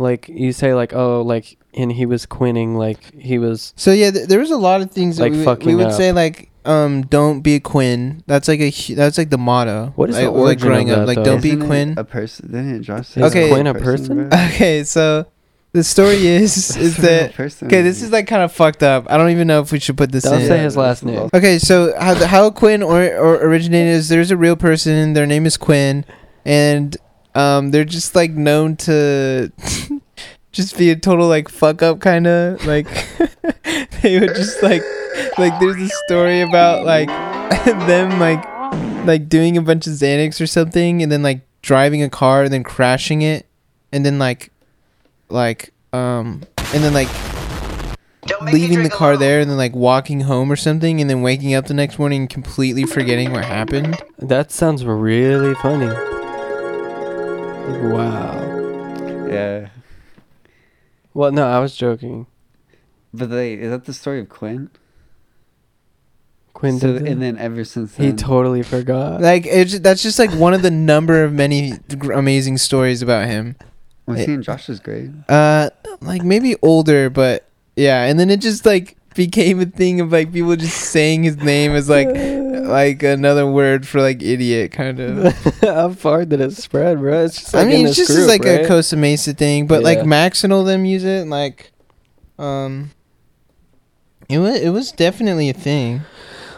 Speaker 1: Like you say, like oh, like and he was quinning, like he was.
Speaker 2: So yeah, th- there was a lot of things that
Speaker 1: Like
Speaker 2: we, would- we
Speaker 1: fucking
Speaker 2: would
Speaker 1: up.
Speaker 2: say like um don't be a Quinn. That's like a hu- that's like the motto.
Speaker 1: What is
Speaker 2: like,
Speaker 1: the
Speaker 2: like
Speaker 1: origin
Speaker 2: growing
Speaker 1: of
Speaker 2: up
Speaker 1: that,
Speaker 2: like
Speaker 1: though?
Speaker 2: don't be
Speaker 4: Isn't it
Speaker 2: Quinn.
Speaker 4: A person? Didn't Josh say
Speaker 1: Is
Speaker 2: Okay.
Speaker 1: Quinn a person?
Speaker 4: bro?
Speaker 2: Okay, so the story is is
Speaker 4: That's a real
Speaker 2: that
Speaker 4: person.
Speaker 2: okay? This is like kind of fucked up. I don't even know if we should put this
Speaker 1: Don't
Speaker 2: in.
Speaker 1: say his last name.
Speaker 2: Okay, so how the, how Quinn or, or originated is there's a real person. Their name is Quinn, and um, they're just like known to just be a total like fuck up kind of like they would just like like there's a story about like them like like doing a bunch of Xanax or something, and then like driving a car and then crashing it, and then like like um and then like
Speaker 8: Don't make me
Speaker 2: leaving the
Speaker 8: drink
Speaker 2: car
Speaker 8: alone.
Speaker 2: there and then like walking home or something and then waking up the next morning and completely forgetting what happened.
Speaker 1: That sounds really funny. Wow.
Speaker 4: Yeah.
Speaker 1: Well, no, I was joking.
Speaker 4: But they is that the story of Quinn?
Speaker 1: Quinn
Speaker 4: so
Speaker 1: did.
Speaker 4: and
Speaker 1: that?
Speaker 4: then ever since then,
Speaker 1: he totally forgot.
Speaker 2: Like it's that's just like one of the number of many gr- amazing stories about him.
Speaker 4: was he in Josh's grade?
Speaker 2: Uh like maybe older but yeah, and then it just like became a thing of like people just saying his name as like like another word for like idiot kind of.
Speaker 1: How far did it spread, bro? It's just like
Speaker 2: I
Speaker 1: in
Speaker 2: mean, it's
Speaker 1: this
Speaker 2: just
Speaker 1: group,
Speaker 2: like
Speaker 1: right?
Speaker 2: a Costa Mesa thing, but
Speaker 1: Yeah.
Speaker 2: like Max and all them use it. and, Like, um, it was it was definitely a thing.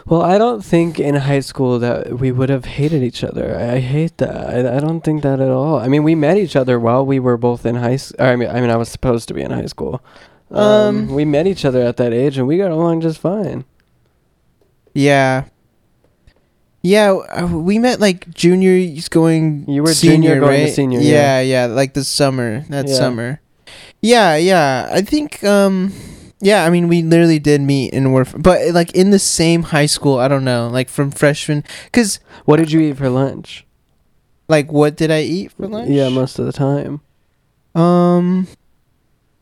Speaker 1: Well, I don't think in high school that we would have hated each other. I, I hate that. I, I don't think that at all. I mean, we met each other while we were both in high school. I mean, I mean, I was supposed to be in high school. Um,
Speaker 2: Um,
Speaker 1: we met each other at that age, and we got along just fine.
Speaker 2: Yeah. Yeah, w- uh, we met like junior he's going.
Speaker 1: You were
Speaker 2: senior,
Speaker 1: junior going to
Speaker 2: right?
Speaker 1: senior,
Speaker 2: Yeah, yeah, like the summer that
Speaker 1: Yeah.
Speaker 2: summer. Yeah, yeah. I think um, yeah. I mean, we literally did meet and were, f- but like in the same high school. I don't know, like from freshman, because
Speaker 1: What did you eat for lunch?
Speaker 2: like what did I eat for lunch?
Speaker 1: Yeah, most of the time.
Speaker 2: Um,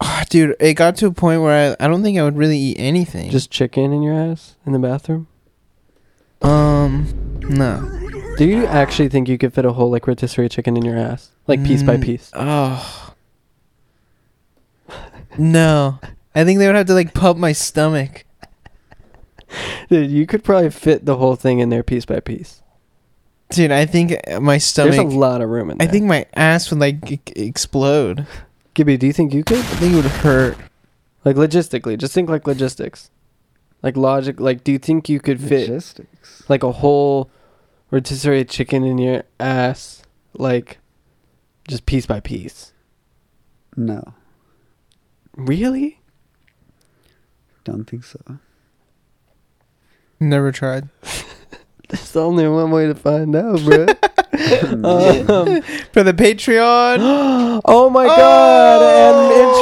Speaker 2: ah, dude, it got to a point where I, I don't think I would really eat anything.
Speaker 1: Just chicken in your ass in the bathroom.
Speaker 2: um, no.
Speaker 1: Do you actually think you could fit a whole like rotisserie chicken in your ass, like piece by
Speaker 2: Mm,
Speaker 1: piece?
Speaker 2: Oh. No, I think they would have to like pump my stomach.
Speaker 1: Dude, you could probably fit the whole thing in there piece by piece.
Speaker 2: Dude, I think my
Speaker 1: There's a
Speaker 2: stomach.
Speaker 1: lot of room in
Speaker 2: I
Speaker 1: there.
Speaker 2: think my ass would like e- explode.
Speaker 1: Gibby, do you think you could?
Speaker 2: I think it would hurt.
Speaker 1: Like logistically, just think like logistics. Like logic, like do you think you could fit
Speaker 4: Logistics.
Speaker 1: like a whole rotisserie chicken in your ass like just piece by piece?
Speaker 4: No,
Speaker 1: Really?
Speaker 4: don't think so.
Speaker 2: Never tried.
Speaker 1: There's only one way to find out, bro. um,
Speaker 2: For the Patreon. Oh!
Speaker 1: oh my Oh!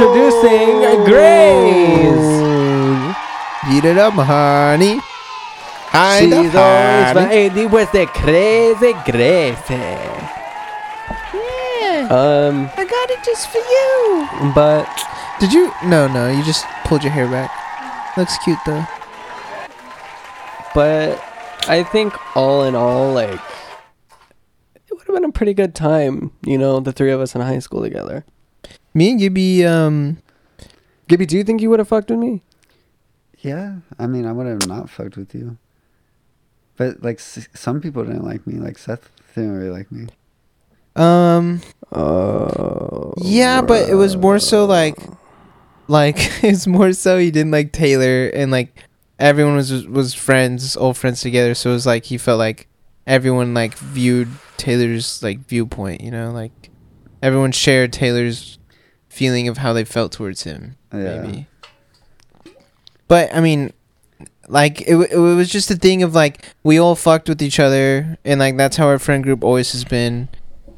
Speaker 1: god, and introducing Grace.
Speaker 2: Heat it up, honey. kind
Speaker 1: She's
Speaker 2: of
Speaker 1: always my Andy was the crazy crazy. Um,
Speaker 2: I got it just for you.
Speaker 1: but
Speaker 2: Did you? No, no. You just pulled your hair back. Looks cute though.
Speaker 1: but I think all in all, like it would have been a pretty good time, you know, the three of us in high school together.
Speaker 2: Me and Gibby. Um.
Speaker 1: Gibby, do you think you would have fucked with me?
Speaker 4: Yeah, I mean, I would have not fucked with you. But like, s- some people didn't like me. Like Seth didn't really like me.
Speaker 2: Um.
Speaker 1: Oh,
Speaker 2: Yeah, but it was more so like, like it's more so he didn't like Taylor and like everyone was was friends, old friends together. So it was like he felt like everyone like viewed Taylor's like viewpoint. You know, like everyone shared Taylor's feeling of how they felt towards him.
Speaker 4: Yeah.
Speaker 2: Maybe. But I mean, like it, w- it was just a thing of like we all fucked with each other and like that's how our friend group always has been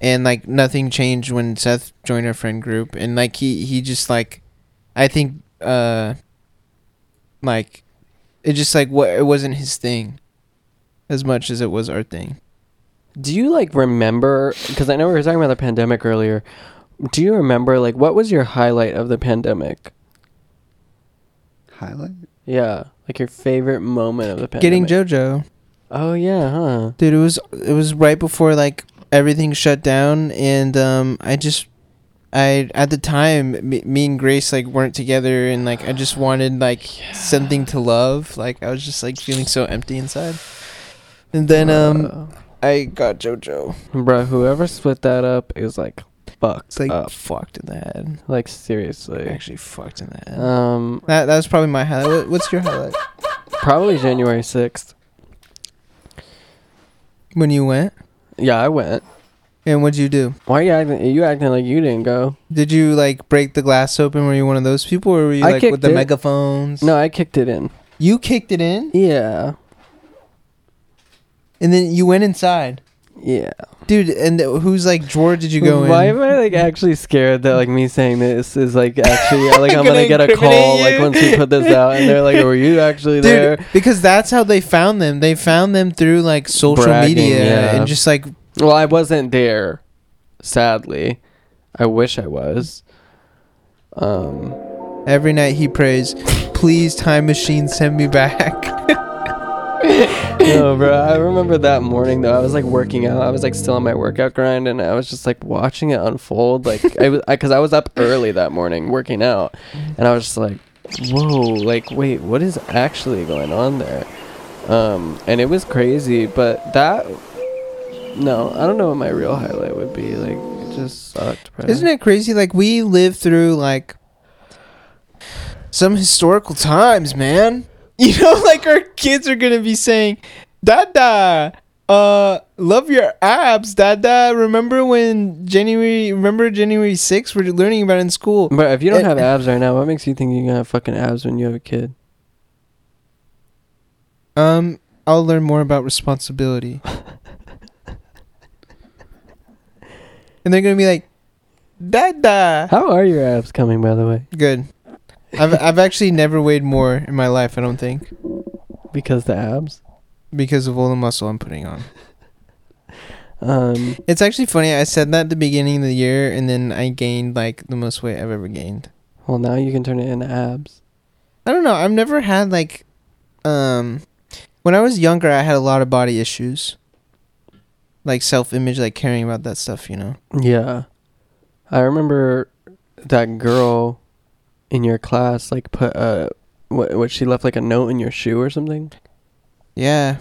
Speaker 2: and like nothing changed when Seth joined our friend group and like he he just like I think uh like it just like what it wasn't his thing as much as it was our thing.
Speaker 1: Do you like remember? Because I know we were talking about the pandemic earlier. Do you remember like what was your highlight of the pandemic?
Speaker 4: Highlight?
Speaker 1: Yeah, like your favorite moment of the pandemic.
Speaker 2: Getting JoJo,
Speaker 1: Oh yeah, huh?
Speaker 2: dude, it was it was right before like everything shut down and um I just I at the time me, me and Grace like weren't together and like I just wanted like something to love. Like I was just like feeling so empty inside. And then um I got JoJo.
Speaker 1: Bruh, whoever split that up is like fucked
Speaker 2: It's like
Speaker 1: up.
Speaker 2: fucked in the head.
Speaker 1: Like seriously.
Speaker 2: Actually, fucked in the head.
Speaker 1: Um,
Speaker 2: that that was probably my highlight. What- What's your highlight?
Speaker 1: probably January sixth.
Speaker 2: When you went
Speaker 1: Yeah, I went.
Speaker 2: and what'd you do?
Speaker 1: Why are you acting? You acting like you didn't go?
Speaker 2: Did you like break the glass open? Were you one of those people, or were you
Speaker 1: I
Speaker 2: like with
Speaker 1: kicked
Speaker 2: the
Speaker 1: it.
Speaker 2: megaphones?
Speaker 1: No, I kicked it in.
Speaker 2: you kicked it in,
Speaker 1: Yeah,
Speaker 2: and then you went inside,
Speaker 1: yeah.
Speaker 2: dude. And th- whose like drawer did you go
Speaker 1: Why
Speaker 2: in?
Speaker 1: am I like actually scared that like me saying this is like actually uh, like I'm gonna
Speaker 2: Gonna
Speaker 1: get a call
Speaker 2: incriminate
Speaker 1: like
Speaker 2: you.
Speaker 1: once we put this out and they're like, were you actually
Speaker 2: Dude,
Speaker 1: there?
Speaker 2: because that's how they found them. They found them through like social
Speaker 1: Bragging,
Speaker 2: media
Speaker 1: yeah.
Speaker 2: and just like
Speaker 1: Well, I wasn't there, sadly. I wish I was. Um,
Speaker 2: every night he prays, "Please, time machine, send me back."
Speaker 1: no, bro. I remember that morning though. I was like working out. I was like still on my workout grind, and I was just like watching it unfold. Like I was, because I, was up early that morning working out, and I was just like, "Whoa!" Like, wait, what is actually going on there? Um, and it was crazy. But that, no, I don't know what my real highlight would be. Like, it just sucked. Bro.
Speaker 2: Isn't it crazy? Like we live through like some historical times, man. You know, like our kids are gonna be saying, "Dada, uh, love your abs, Dada." Remember when January? Remember January 6th? We're learning about it in school.
Speaker 1: Bro, if you don't
Speaker 2: It-
Speaker 1: have abs right now, what makes you think you're gonna have fucking abs when you have a kid?
Speaker 2: Um, I'll learn more about responsibility. and they're gonna be like, "Dada."
Speaker 1: How are your abs coming, by the way?
Speaker 2: Good. I've I've actually never weighed more in my life. I don't think.
Speaker 1: Because the abs.
Speaker 2: because of all the muscle I'm putting on.
Speaker 1: Um,
Speaker 2: It's actually funny. I said that at the beginning of the year, and then I gained like the most weight I've ever gained.
Speaker 1: well, now you can turn it into abs.
Speaker 2: I don't know. I've never had like, um, when I was younger, I had a lot of body issues, like self-image, like caring about that stuff. You know.
Speaker 1: Yeah. I remember that girl in your class like put a what, what she left like a note in your shoe or something
Speaker 2: Yeah.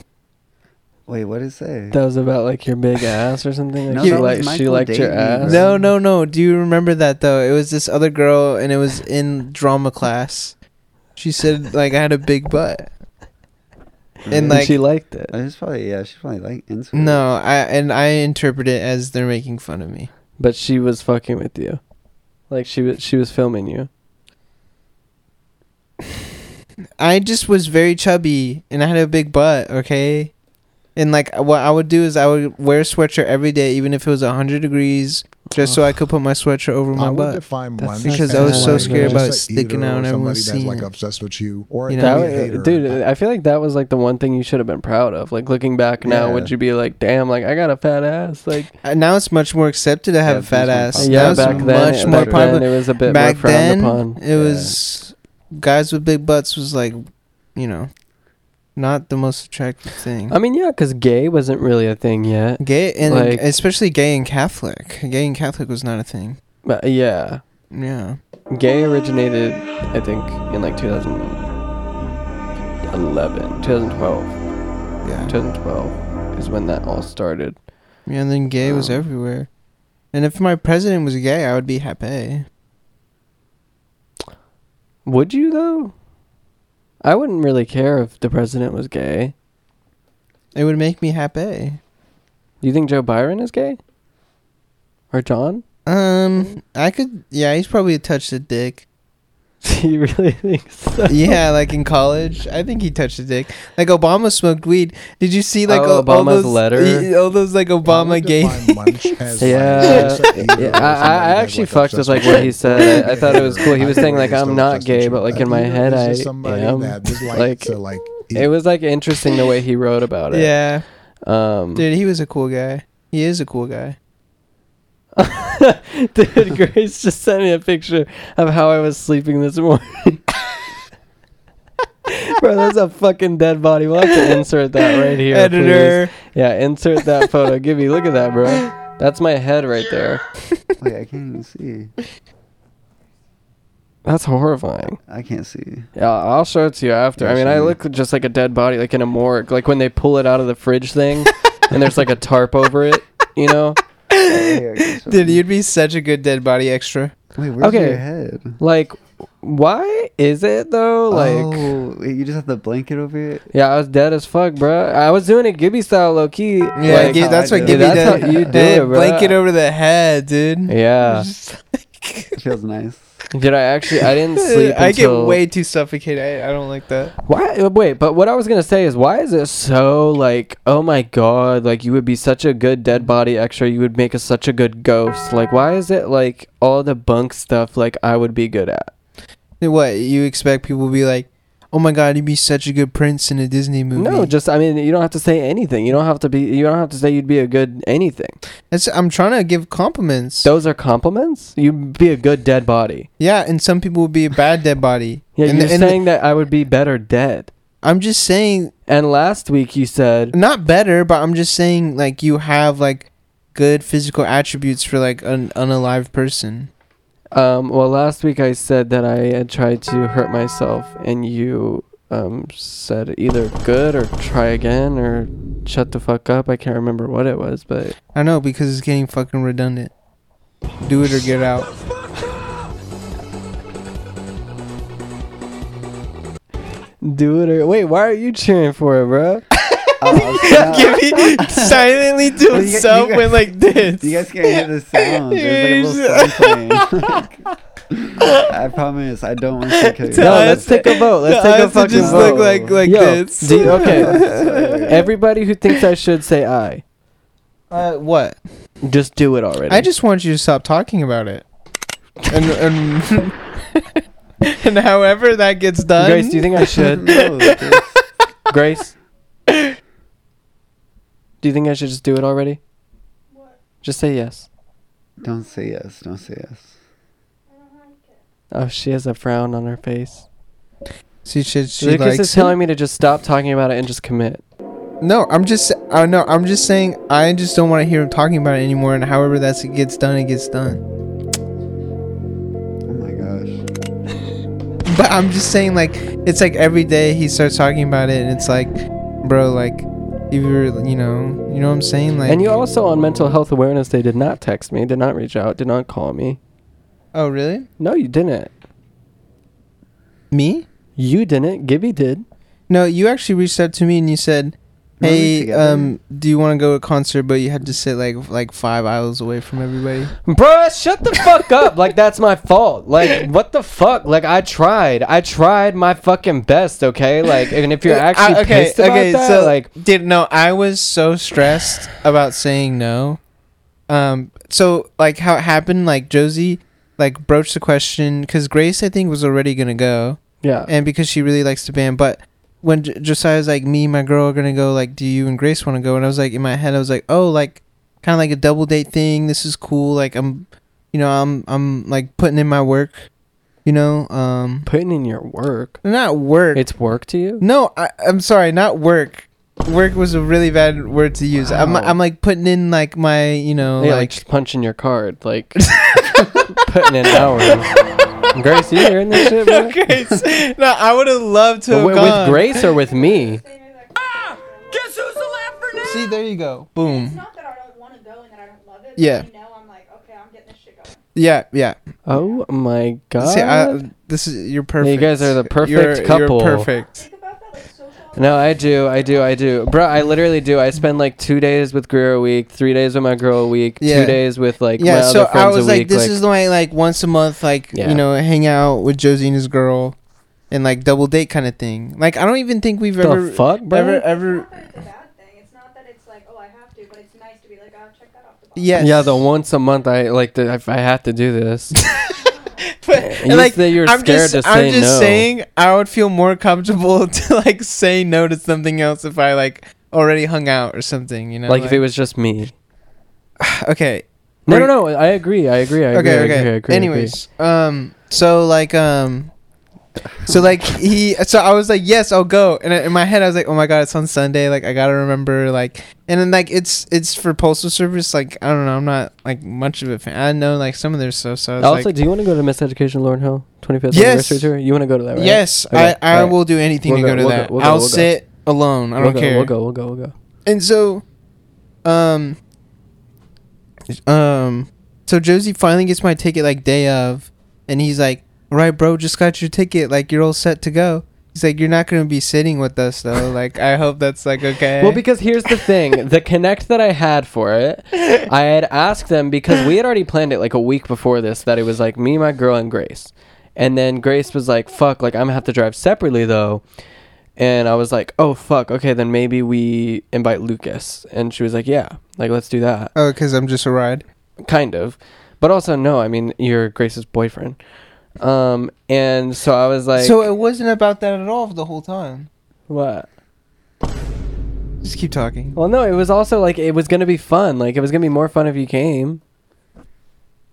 Speaker 4: Wait, what did it say?
Speaker 1: that was about like your big ass or something like
Speaker 4: No,
Speaker 1: she,
Speaker 4: that was
Speaker 1: liked she
Speaker 4: Michael
Speaker 1: liked your
Speaker 4: Davey,
Speaker 1: ass
Speaker 2: No,
Speaker 4: bro.
Speaker 2: no, no. Do you remember that though? It was this other girl, and it was in drama class. She said like I had a big butt, and
Speaker 1: and
Speaker 2: like
Speaker 1: she liked it
Speaker 4: I was probably yeah. Oh, She's probably like into it.
Speaker 2: no, I and I interpret it as they're making fun of me.
Speaker 1: but she was fucking with you like she was she was filming you
Speaker 2: I just was very chubby and I had a big butt, okay? And like what I would do is I would wear a sweatshirt every day, even if it was hundred degrees, just so I could put my sweatshirt over
Speaker 5: I
Speaker 2: my
Speaker 5: would
Speaker 2: butt.
Speaker 5: define
Speaker 1: That's
Speaker 5: munch
Speaker 1: because
Speaker 5: as
Speaker 1: I was so
Speaker 5: like
Speaker 1: scared
Speaker 5: just
Speaker 1: about
Speaker 5: a
Speaker 2: it sticking
Speaker 5: eater
Speaker 2: out and
Speaker 5: or
Speaker 2: everyone
Speaker 5: somebody that's
Speaker 2: seeing
Speaker 5: like
Speaker 2: it.
Speaker 5: obsessed with you or
Speaker 2: You
Speaker 5: you
Speaker 2: know?
Speaker 5: know,
Speaker 1: That
Speaker 2: Maybe
Speaker 1: wa- dude, uh, I feel like that was like the one thing you should have been proud of. Like looking back now,
Speaker 5: Yeah.
Speaker 1: would you be like, "Damn, like I got a fat ass"? Like,
Speaker 2: Uh, Now it's much more accepted to have
Speaker 4: Yeah,
Speaker 2: a fat
Speaker 4: please don't
Speaker 2: ass.
Speaker 4: fuck
Speaker 2: now
Speaker 1: yeah,
Speaker 4: was
Speaker 2: it's
Speaker 1: back then,
Speaker 2: much
Speaker 1: back
Speaker 2: more
Speaker 1: then
Speaker 2: popular.
Speaker 1: it was a bit
Speaker 2: back
Speaker 1: more frowned
Speaker 2: then,
Speaker 1: upon.
Speaker 2: it was guys with big butts was like, you know, not the most attractive thing.
Speaker 1: I mean, yeah, because gay wasn't really a thing yet.
Speaker 2: gay and
Speaker 1: like-
Speaker 2: especially gay and Catholic. Gay and Catholic was not a thing.
Speaker 1: But yeah,
Speaker 2: Yeah.
Speaker 1: gay originated, I think, in like 2011, 2012,
Speaker 2: Yeah.
Speaker 1: 2012 is when that all started.
Speaker 2: Yeah, and then gay was
Speaker 1: Um,
Speaker 2: everywhere. And if my president was gay, I would be happy.
Speaker 1: Would you though? I wouldn't really care if the president was gay.
Speaker 2: It would make me happy.
Speaker 1: Do you think Joe Byron is gay? Or John?
Speaker 2: Um, I could. Yeah, he's probably touched a dick.
Speaker 1: you really think so?
Speaker 2: yeah, like in college, I think he touched a dick. Like Obama smoked weed. Did you see like
Speaker 1: Oh,
Speaker 2: all- all
Speaker 1: Obama's
Speaker 2: those,
Speaker 1: letter?
Speaker 2: y- All those like Obama gay.
Speaker 1: Yeah. Yeah, I, I actually fucked with like what he said. I, I thought it was cool. He was saying like I'm not gay, but like in my head I am. Like
Speaker 5: like
Speaker 1: it was like interesting the way he wrote about it.
Speaker 2: yeah,
Speaker 1: Um,
Speaker 2: dude, he was a cool guy. He is a cool guy.
Speaker 1: Dude, Grace just sent me a picture of how I was sleeping this morning. Bro, that's a fucking dead body. We'll have to insert that right here.
Speaker 2: Editor.
Speaker 1: please. Yeah, insert that photo. Gibby, look at that, bro. That's my head right there.
Speaker 4: Like I can't even see.
Speaker 1: That's horrifying.
Speaker 4: I can't see.
Speaker 1: Yeah, I'll show it to you after. I mean, I look just like a dead body, like in a morgue, like when they pull it out of the fridge thing, and there's like a tarp over it. You know,
Speaker 4: Hey, Oh, I can show
Speaker 2: Dude,
Speaker 4: you.
Speaker 2: you'd be such a good dead body extra.
Speaker 4: Wait, where's
Speaker 1: Okay.
Speaker 4: your head?
Speaker 1: like why is it though? Like.
Speaker 4: oh, wait, you just have the blanket over it.
Speaker 1: Yeah, I was dead as fuck, bro. I was doing it Gibby style, low key.
Speaker 2: Yeah,
Speaker 1: like,
Speaker 2: gi-
Speaker 4: how
Speaker 2: that's
Speaker 4: I
Speaker 2: what
Speaker 4: do
Speaker 2: give
Speaker 4: it.
Speaker 2: me
Speaker 1: That's
Speaker 2: that.
Speaker 1: how you do it, bro.
Speaker 2: Blanket over the head, dude.
Speaker 1: yeah.
Speaker 4: It feels nice.
Speaker 1: Did I actually? Eh, I didn't sleep.
Speaker 2: I get
Speaker 1: until-
Speaker 2: way too suffocated. I, I don't like that.
Speaker 1: Why? Wait, but what I was gonna say is, why is it so like? Oh my god! Like you would be such a good dead body extra. You would make us such a good ghost. Like why is it like all the bunk stuff? Like I would be good at.
Speaker 2: What you expect people to be like? Oh my god, you'd be such a good prince in a Disney movie.
Speaker 1: No, just I mean, you don't have to say anything. You don't have to be. You don't have to say you'd be a good anything.
Speaker 2: That's, I'm trying to give compliments.
Speaker 1: Those are compliments. You'd be a good dead body.
Speaker 2: Yeah, and some people would be a bad dead body.
Speaker 1: Yeah,
Speaker 2: and,
Speaker 1: you're
Speaker 2: and
Speaker 1: saying that I would be better dead.
Speaker 2: I'm just saying
Speaker 1: And last week you said,
Speaker 2: not better, but I'm just saying like you have like good physical attributes for like an unalive person.
Speaker 1: um, well, last week I said that I had tried to hurt myself, and you um, said either good or try again or shut the fuck up. I can't remember what it was, but
Speaker 2: I know because it's getting fucking redundant. Do it or get out.
Speaker 1: do it or wait. Why are you cheering for it, bro?
Speaker 4: Oh, snap.
Speaker 2: Gibby silently to
Speaker 4: you
Speaker 2: himself
Speaker 4: guys-
Speaker 2: went like this.
Speaker 4: You guys can't hear the sound. There's like a little sound playing. I promise, I don't want to kill you.
Speaker 1: No,
Speaker 2: us-
Speaker 1: let's take a vote. Let's
Speaker 2: The
Speaker 1: take a
Speaker 2: eyes would
Speaker 1: fucking
Speaker 2: just
Speaker 1: vote.
Speaker 2: look like like
Speaker 1: Yo,
Speaker 2: this.
Speaker 1: do you- okay. Everybody who thinks I should say I,
Speaker 2: Uh, what?
Speaker 1: just do it already.
Speaker 2: I just want you to stop talking about it. And and, and however that gets done.
Speaker 1: Grace, do you think I should?
Speaker 4: No, dude.
Speaker 1: Grace, do you think I should just do it already? What? Just say yes.
Speaker 4: don't say yes. Don't say yes.
Speaker 1: Oh, she has a frown on her face.
Speaker 2: See, she, she
Speaker 1: Lucas
Speaker 2: likes
Speaker 1: is
Speaker 2: it.
Speaker 1: telling me to just stop talking about it and just commit.
Speaker 2: No, I'm just. I know. I'm just saying. I just don't want to hear him talking about it anymore. And however that gets done, it gets done.
Speaker 4: Oh my gosh.
Speaker 2: But I'm just saying, like, it's like every day he starts talking about it, and it's like, bro, like, if you're, you know, you know what I'm saying, like.
Speaker 1: And you also on Mental Health Awareness Day did not text me, did not reach out, did not call me.
Speaker 2: Oh, really?
Speaker 1: No, you didn't.
Speaker 2: Me?
Speaker 1: You didn't. Gibby did.
Speaker 2: No, you actually reached out to me and you said,
Speaker 4: Were we
Speaker 2: Hey,
Speaker 4: together?
Speaker 2: um, do you want to go to a concert, but you had to sit like like five aisles away from everybody?
Speaker 1: Bruh, shut the fuck up. Like, that's my fault. Like, what the fuck? Like, I tried. I tried my fucking best, okay? Like, and if you're
Speaker 2: Uh, I-
Speaker 1: actually pissed about that,
Speaker 2: so
Speaker 1: like,
Speaker 2: did no, I was so stressed about saying no. Um, so like how it happened, like Josie like broached the question because Grace I think was already gonna go,
Speaker 1: yeah.
Speaker 2: and because she really likes the band, but. When J- Josiah was like, "Me, and my girl are gonna go," like, "Do you and Grace want to go?" And I was like, in my head, I was like, "Oh, like, kind of like a double date thing. This is cool. Like, I'm, you know, I'm, I'm like putting in my work, you know, um,
Speaker 1: Putting in your work.
Speaker 2: not work.
Speaker 1: It's work to you?
Speaker 2: No, I, I'm sorry, not work. Work was a really bad word to use. I'm,
Speaker 1: Wow.
Speaker 2: I'm like putting in like my, you know,
Speaker 1: yeah, like,
Speaker 2: like,
Speaker 1: just punching your card. Like, putting in hours. Grace, you hearing this shit, bro?
Speaker 2: Grace. no, I would have loved to have
Speaker 1: With, with
Speaker 2: gone.
Speaker 1: Grace or with me?
Speaker 3: Guess who's the left for now?
Speaker 2: See, there you go. Boom.
Speaker 9: not that I don't want to go and that I don't love it.
Speaker 2: Yeah.
Speaker 9: But I know I'm like, okay, I'm getting this shit going.
Speaker 2: Yeah, yeah.
Speaker 1: Oh my god.
Speaker 2: See, I, this is you're perfect.
Speaker 1: guys are the perfect
Speaker 2: You're- you're
Speaker 1: couple.
Speaker 2: perfect.
Speaker 9: Think about that, like social.
Speaker 1: No, I do, I do, I do, bro. I literally do. I spend like two days with Greer a week, three days with my girl a week,
Speaker 2: Yeah.
Speaker 1: two days with like my
Speaker 2: Yeah. So
Speaker 1: other friends
Speaker 2: I was
Speaker 1: a
Speaker 2: like,
Speaker 1: week.
Speaker 2: this
Speaker 1: like,
Speaker 2: is my like once a month, like
Speaker 1: Yeah.
Speaker 2: you know, hang out with Josie and his girl, and like double date kind of thing. Like I don't even think we've
Speaker 1: the
Speaker 2: ever,
Speaker 1: fuck, bro.
Speaker 2: ever,
Speaker 9: It's
Speaker 2: ever.
Speaker 9: not that it's a bad thing. It's not that it's like, oh, I have to, but it's nice to be like, oh, check that off the box.
Speaker 2: Yes.
Speaker 1: Yeah, the once a month I like. The, I, I have to do this.
Speaker 2: And
Speaker 1: You say you're scared to say
Speaker 2: I'm just
Speaker 1: no.
Speaker 2: saying I would feel more comfortable to like say no to something else if I like already hung out or something, you know?
Speaker 1: like if it was just me.
Speaker 2: okay,
Speaker 1: No,
Speaker 2: Right.
Speaker 1: no, no. I agree. I agree. I agree.
Speaker 2: okay,
Speaker 1: I agree,
Speaker 2: okay.
Speaker 1: I agree, I agree.
Speaker 2: Anyways, um, so like um, so like he, so I was like, yes, I'll go, and I- in my head I was like, oh my god, it's on Sunday, like I gotta remember, like, and then like it's it's for postal service, like I don't know, I'm not like much of a fan. I know like some of their stuff, so I was
Speaker 1: Also,
Speaker 2: like,
Speaker 1: do you want to go to Miss Education Lauren Hill 25th
Speaker 2: Yes.
Speaker 1: anniversary tour? You want to go to that, right?
Speaker 2: yes,
Speaker 1: Okay,
Speaker 2: I I
Speaker 1: alright.
Speaker 2: will do anything
Speaker 1: We'll
Speaker 2: to
Speaker 1: go,
Speaker 2: go, to
Speaker 1: we'll go,
Speaker 2: that.
Speaker 1: we'll go,
Speaker 2: I'll
Speaker 1: we'll go.
Speaker 2: sit alone. I
Speaker 1: we'll
Speaker 2: don't
Speaker 1: go,
Speaker 2: care.
Speaker 1: We'll go. We'll go. We'll go.
Speaker 2: And so, um, um, so Josie finally gets my ticket like day of, and he's like, "All right, bro, just got your ticket. Like you're all set to go." He's like, "You're not gonna be sitting with us though. Like I hope that's like okay."
Speaker 1: Well, because here's the thing: the connect that I had for it, I had asked them because we had already planned it like a week before this that it was like me, my girl, and Grace, and then Grace was like, "Fuck, like I'm gonna have to drive separately though," and I was like, "Oh fuck, okay, then maybe we invite Lucas," and she was like, "Yeah, like let's do that,"
Speaker 2: oh, because I'm just a ride.
Speaker 1: kind of, but also no, I mean you're Grace's boyfriend, um, and so I was like,
Speaker 2: so it wasn't about that at all the whole time.
Speaker 1: what?
Speaker 2: Just keep talking.
Speaker 1: Well, no, it was also like it was gonna be fun. Like it was gonna be more fun if you came.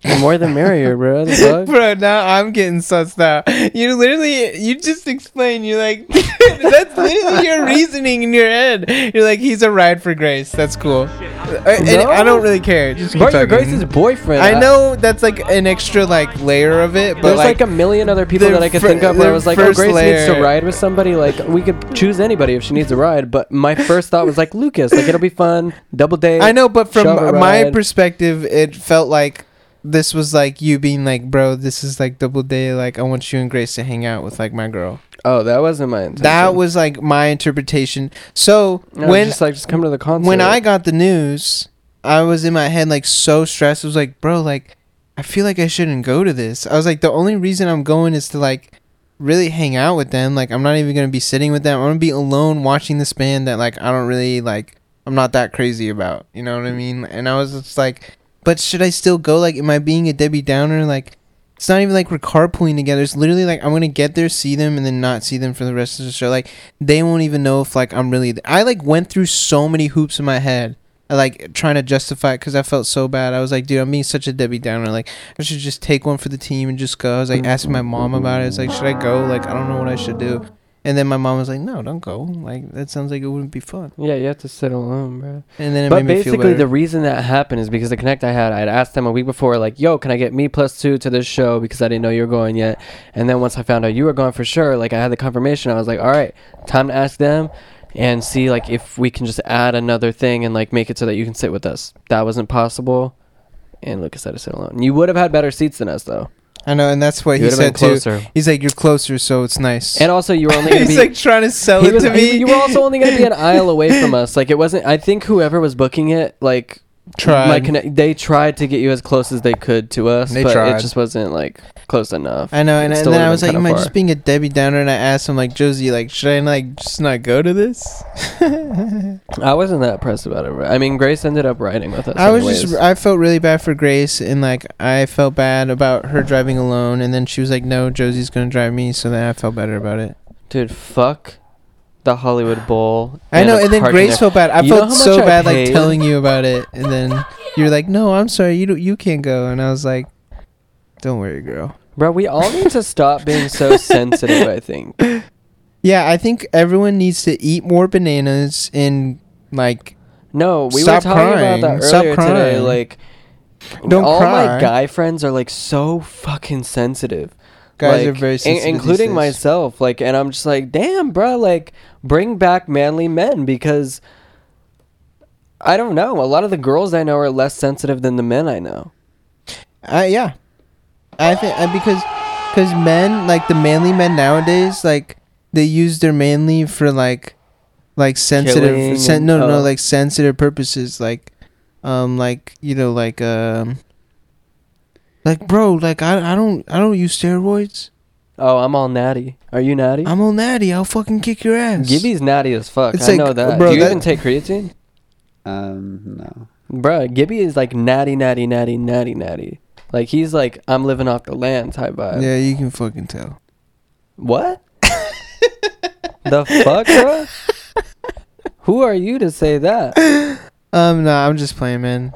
Speaker 1: The more the merrier, bro. The fuck?
Speaker 2: Bro, now I'm getting sussed out. You literally, you just explained. You're like, that's literally your reasoning in your head. You're like, he's a ride for Grace. That's cool. I, and I don't really care. Just keep
Speaker 1: Bro, you're
Speaker 2: talking.
Speaker 1: Grace's boyfriend.
Speaker 2: I know that's like an extra like layer of it, but
Speaker 1: There's like,
Speaker 2: like,
Speaker 1: a million other people
Speaker 2: their
Speaker 1: that I could
Speaker 2: fir-
Speaker 1: think of where I
Speaker 2: their
Speaker 1: was like, oh,
Speaker 2: first
Speaker 1: Grace needs to
Speaker 2: layer.
Speaker 1: ride with somebody. Like, we could choose anybody if she needs a ride. But my first thought was like, Lucas, like, it'll be fun. Double date.
Speaker 2: I know, but from
Speaker 1: shove a
Speaker 2: my
Speaker 1: ride.
Speaker 2: perspective, it felt like this was like you being like, bro, this is like double day. Like, I want you and Grace to hang out with like my girl.
Speaker 1: Oh, that wasn't my intention.
Speaker 2: That was like my interpretation. So
Speaker 1: No,
Speaker 2: when
Speaker 1: just like, just come to the concert.
Speaker 2: when I got the news, I was in my head like so stressed. I was like, bro, like I feel like I shouldn't go to this. I was like, the only reason I'm going is to like really hang out with them. Like I'm not even gonna be sitting with them. I'm gonna be alone watching this band that like I don't really like. I'm not that crazy about. You know what I mean? And I was just like, but should I still go? Like, am I being a Debbie Downer? Like. It's not even like we're carpooling together. It's literally like I'm gonna get there, see them, and then not see them for the rest of the show. Like they won't even know if like I'm really. Th- I like went through so many hoops in my head, uh, like trying to justify it because I felt so bad. I was like, dude, I'm being such a Debbie Downer. Like I should just take one for the team and just go. I was like asking my mom about it. I was like, should I go? Like I don't know what I should do. And then my mom was like, no, don't go. Like that sounds like it wouldn't be fun.
Speaker 1: yeah, you have to sit alone, bro.
Speaker 2: And then it
Speaker 1: but
Speaker 2: made me feel
Speaker 1: basically,
Speaker 2: better.
Speaker 1: the reason that happened is because the connect I had, I had asked them a week before, like, "Yo, can I get me plus two to this show?" Because I didn't know you were going yet. And then once I found out you were going for sure, like I had the confirmation. I was like, "All right, time to ask them and see like if we can just add another thing and like make it so that you can sit with us." That wasn't possible, and Lucas had to sit alone. You would have had better seats than us, though.
Speaker 2: I know, and that's what
Speaker 1: You
Speaker 2: he
Speaker 1: would've been
Speaker 2: said too.
Speaker 1: closer.
Speaker 2: He's like, "You're closer, so it's nice."
Speaker 1: And also, you were only going to
Speaker 2: he's
Speaker 1: be.
Speaker 2: like trying to sell
Speaker 1: he
Speaker 2: it
Speaker 1: was-
Speaker 2: to
Speaker 1: he-
Speaker 2: me.
Speaker 1: you were also only going to be an aisle away from us. Like it wasn't. I think whoever was booking it, like,
Speaker 2: Tried.
Speaker 1: my connect- they tried to get you as close as they could to us,
Speaker 2: They
Speaker 1: but
Speaker 2: tried.
Speaker 1: it just wasn't like close enough.
Speaker 2: I know, and,
Speaker 1: It
Speaker 2: and
Speaker 1: still
Speaker 2: then I
Speaker 1: would've
Speaker 2: was
Speaker 1: been
Speaker 2: like, "Am
Speaker 1: kinda
Speaker 2: I
Speaker 1: far.
Speaker 2: just being a Debbie Downer?" And I asked him, like, "Josie, like, should I like just not go to this?"
Speaker 1: I wasn't that pressed about it. I mean, Grace ended up riding with us.
Speaker 2: I was
Speaker 1: anyways.
Speaker 2: just I felt really bad for Grace and like I felt bad about her driving alone and then she was like no Josie's going to drive me so then I felt better about it.
Speaker 1: dude, fuck the Hollywood Bowl.
Speaker 2: I know
Speaker 1: the
Speaker 2: and then
Speaker 1: parking
Speaker 2: Grace
Speaker 1: lot.
Speaker 2: felt bad. I
Speaker 1: You know
Speaker 2: felt
Speaker 1: how
Speaker 2: so
Speaker 1: much I
Speaker 2: bad like
Speaker 1: paid?
Speaker 2: telling you about it and then you're like no I'm sorry you do, you can't go and I was like don't worry girl.
Speaker 1: Bro, we all need to stop being so sensitive. I think
Speaker 2: Yeah, I think everyone needs to eat more bananas and like
Speaker 1: no, we
Speaker 2: Stop
Speaker 1: were talking
Speaker 2: crying.
Speaker 1: about that
Speaker 2: Stop
Speaker 1: earlier today.
Speaker 2: crying.
Speaker 1: Like,
Speaker 2: Don't
Speaker 1: all
Speaker 2: cry.
Speaker 1: my guy friends are like so fucking sensitive.
Speaker 2: guys
Speaker 1: Like,
Speaker 2: are very
Speaker 1: in-
Speaker 2: sensitive these
Speaker 1: including
Speaker 2: days.
Speaker 1: myself. Like, and I'm just like, damn, bro, like, bring back manly men because I don't know. A lot of the girls I know are less sensitive than the men I know.
Speaker 2: I Uh, yeah, I think I, because because men like the manly men nowadays like they use their manly for like like sensitive
Speaker 1: Killing
Speaker 2: sen-
Speaker 1: and-
Speaker 2: no no
Speaker 1: oh.
Speaker 2: like sensitive purposes like um like you know like um like bro like I I don't I don't use steroids
Speaker 1: Oh, I'm all natty. Are you natty?
Speaker 2: I'm all natty I'll fucking kick your ass.
Speaker 1: Gibby's natty as fuck.
Speaker 2: It's
Speaker 1: I
Speaker 2: like,
Speaker 1: know that.
Speaker 2: bro,
Speaker 1: Do you
Speaker 2: that-
Speaker 1: even take creatine?
Speaker 4: Um, no.
Speaker 1: Bruh, Gibby is like natty, natty, natty, natty, natty. Like he's like I'm living off the land type vibe.
Speaker 2: yeah, you can fucking tell.
Speaker 1: What? the fuck, bro? Who are you to say that?
Speaker 2: Um, no, I'm just playing, man.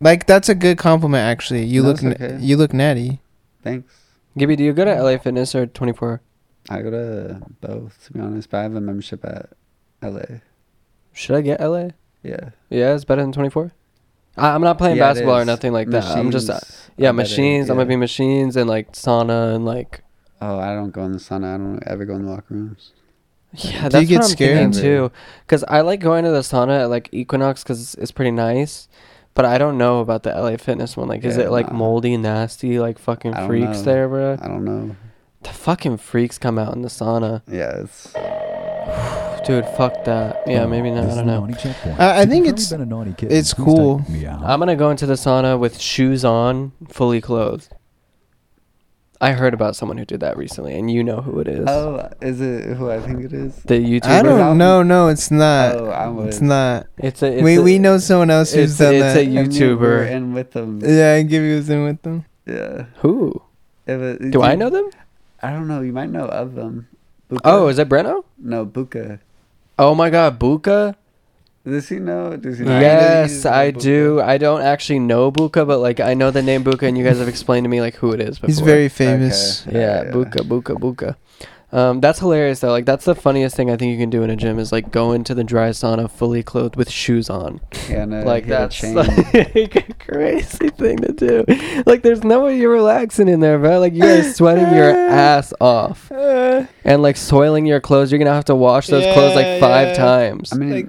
Speaker 2: Like that's a good compliment, actually. You
Speaker 4: No,
Speaker 2: look,
Speaker 4: it's
Speaker 2: na-
Speaker 4: okay.
Speaker 2: you look natty.
Speaker 4: Thanks.
Speaker 1: Gibby, do you go to LA Fitness or 24?
Speaker 4: I go to both, to be honest, but I have a membership at LA.
Speaker 1: Should I get LA?
Speaker 4: Yeah.
Speaker 1: Yeah, it's better than 24. I, I'm not playing
Speaker 4: Yeah, it
Speaker 1: basketball or
Speaker 4: is.
Speaker 1: nothing like that. I'm just uh,
Speaker 4: Machines
Speaker 1: yeah,
Speaker 4: are better,
Speaker 1: machines. I'm
Speaker 4: yeah.
Speaker 1: gonna be machines and like sauna and like
Speaker 4: Oh, I don't go in the sauna. I don't ever go in the locker rooms.
Speaker 1: yeah.
Speaker 2: you
Speaker 1: That's
Speaker 2: get
Speaker 1: what I'm
Speaker 2: scared?
Speaker 1: thinking too. Cause I like going to the sauna at like Equinox because it's, it's pretty nice. But I don't know about the LA Fitness one. Like, is
Speaker 4: Yeah,
Speaker 1: it like
Speaker 4: nah.
Speaker 1: moldy, nasty, like fucking
Speaker 4: I don't
Speaker 1: freaks
Speaker 4: know.
Speaker 1: there, bro?
Speaker 4: I don't know.
Speaker 1: The fucking freaks come out in the sauna,
Speaker 4: Yeah, it's
Speaker 1: dude. Fuck that.
Speaker 5: Oh,
Speaker 1: Yeah, maybe not. I don't know.
Speaker 2: I- I think it's- it's cool.
Speaker 1: I'm gonna go into the sauna with shoes on, fully clothed. I heard about someone who did that recently, and you know who it is.
Speaker 4: Oh, is it who I think it is?
Speaker 1: The YouTuber.
Speaker 2: I don't know. No, it's not.
Speaker 4: Oh, I was.
Speaker 2: It's not.
Speaker 1: It's a. It's
Speaker 2: we
Speaker 1: a,
Speaker 2: we know someone else who's
Speaker 1: It's,
Speaker 2: done
Speaker 1: it's
Speaker 2: that.
Speaker 1: a
Speaker 4: And we were
Speaker 1: YouTuber.
Speaker 4: in with them.
Speaker 2: yeah, I give you was in with them.
Speaker 4: Yeah.
Speaker 1: Who?
Speaker 4: It was,
Speaker 1: Do I know them?
Speaker 4: I don't know. You might know of them. Buka.
Speaker 1: Oh, is it Breno?
Speaker 4: no Buka.
Speaker 1: Oh my God, Buka.
Speaker 4: Does he know? Does he know?
Speaker 1: Yes, I do. I don't actually know Buka, but like I know the name Buka, and you guys have explained to me like who it is. Before.
Speaker 2: He's very famous.
Speaker 4: Okay.
Speaker 1: Yeah, Buka, Buka, Buka. Um, that's hilarious though. Like that's the funniest thing I think you can do in a gym is like go into the dry sauna fully clothed with shoes on.
Speaker 4: Yeah, no,
Speaker 1: like
Speaker 4: he had Uh, a
Speaker 1: that's
Speaker 4: chain.
Speaker 1: like a crazy thing to do. Like there's no way you're relaxing in there, bro. Like you are sweating your ass off and like soiling your clothes. You're gonna have to wash those clothes
Speaker 2: Yeah,
Speaker 1: like five
Speaker 2: yeah.
Speaker 1: times.
Speaker 4: I mean,
Speaker 2: like-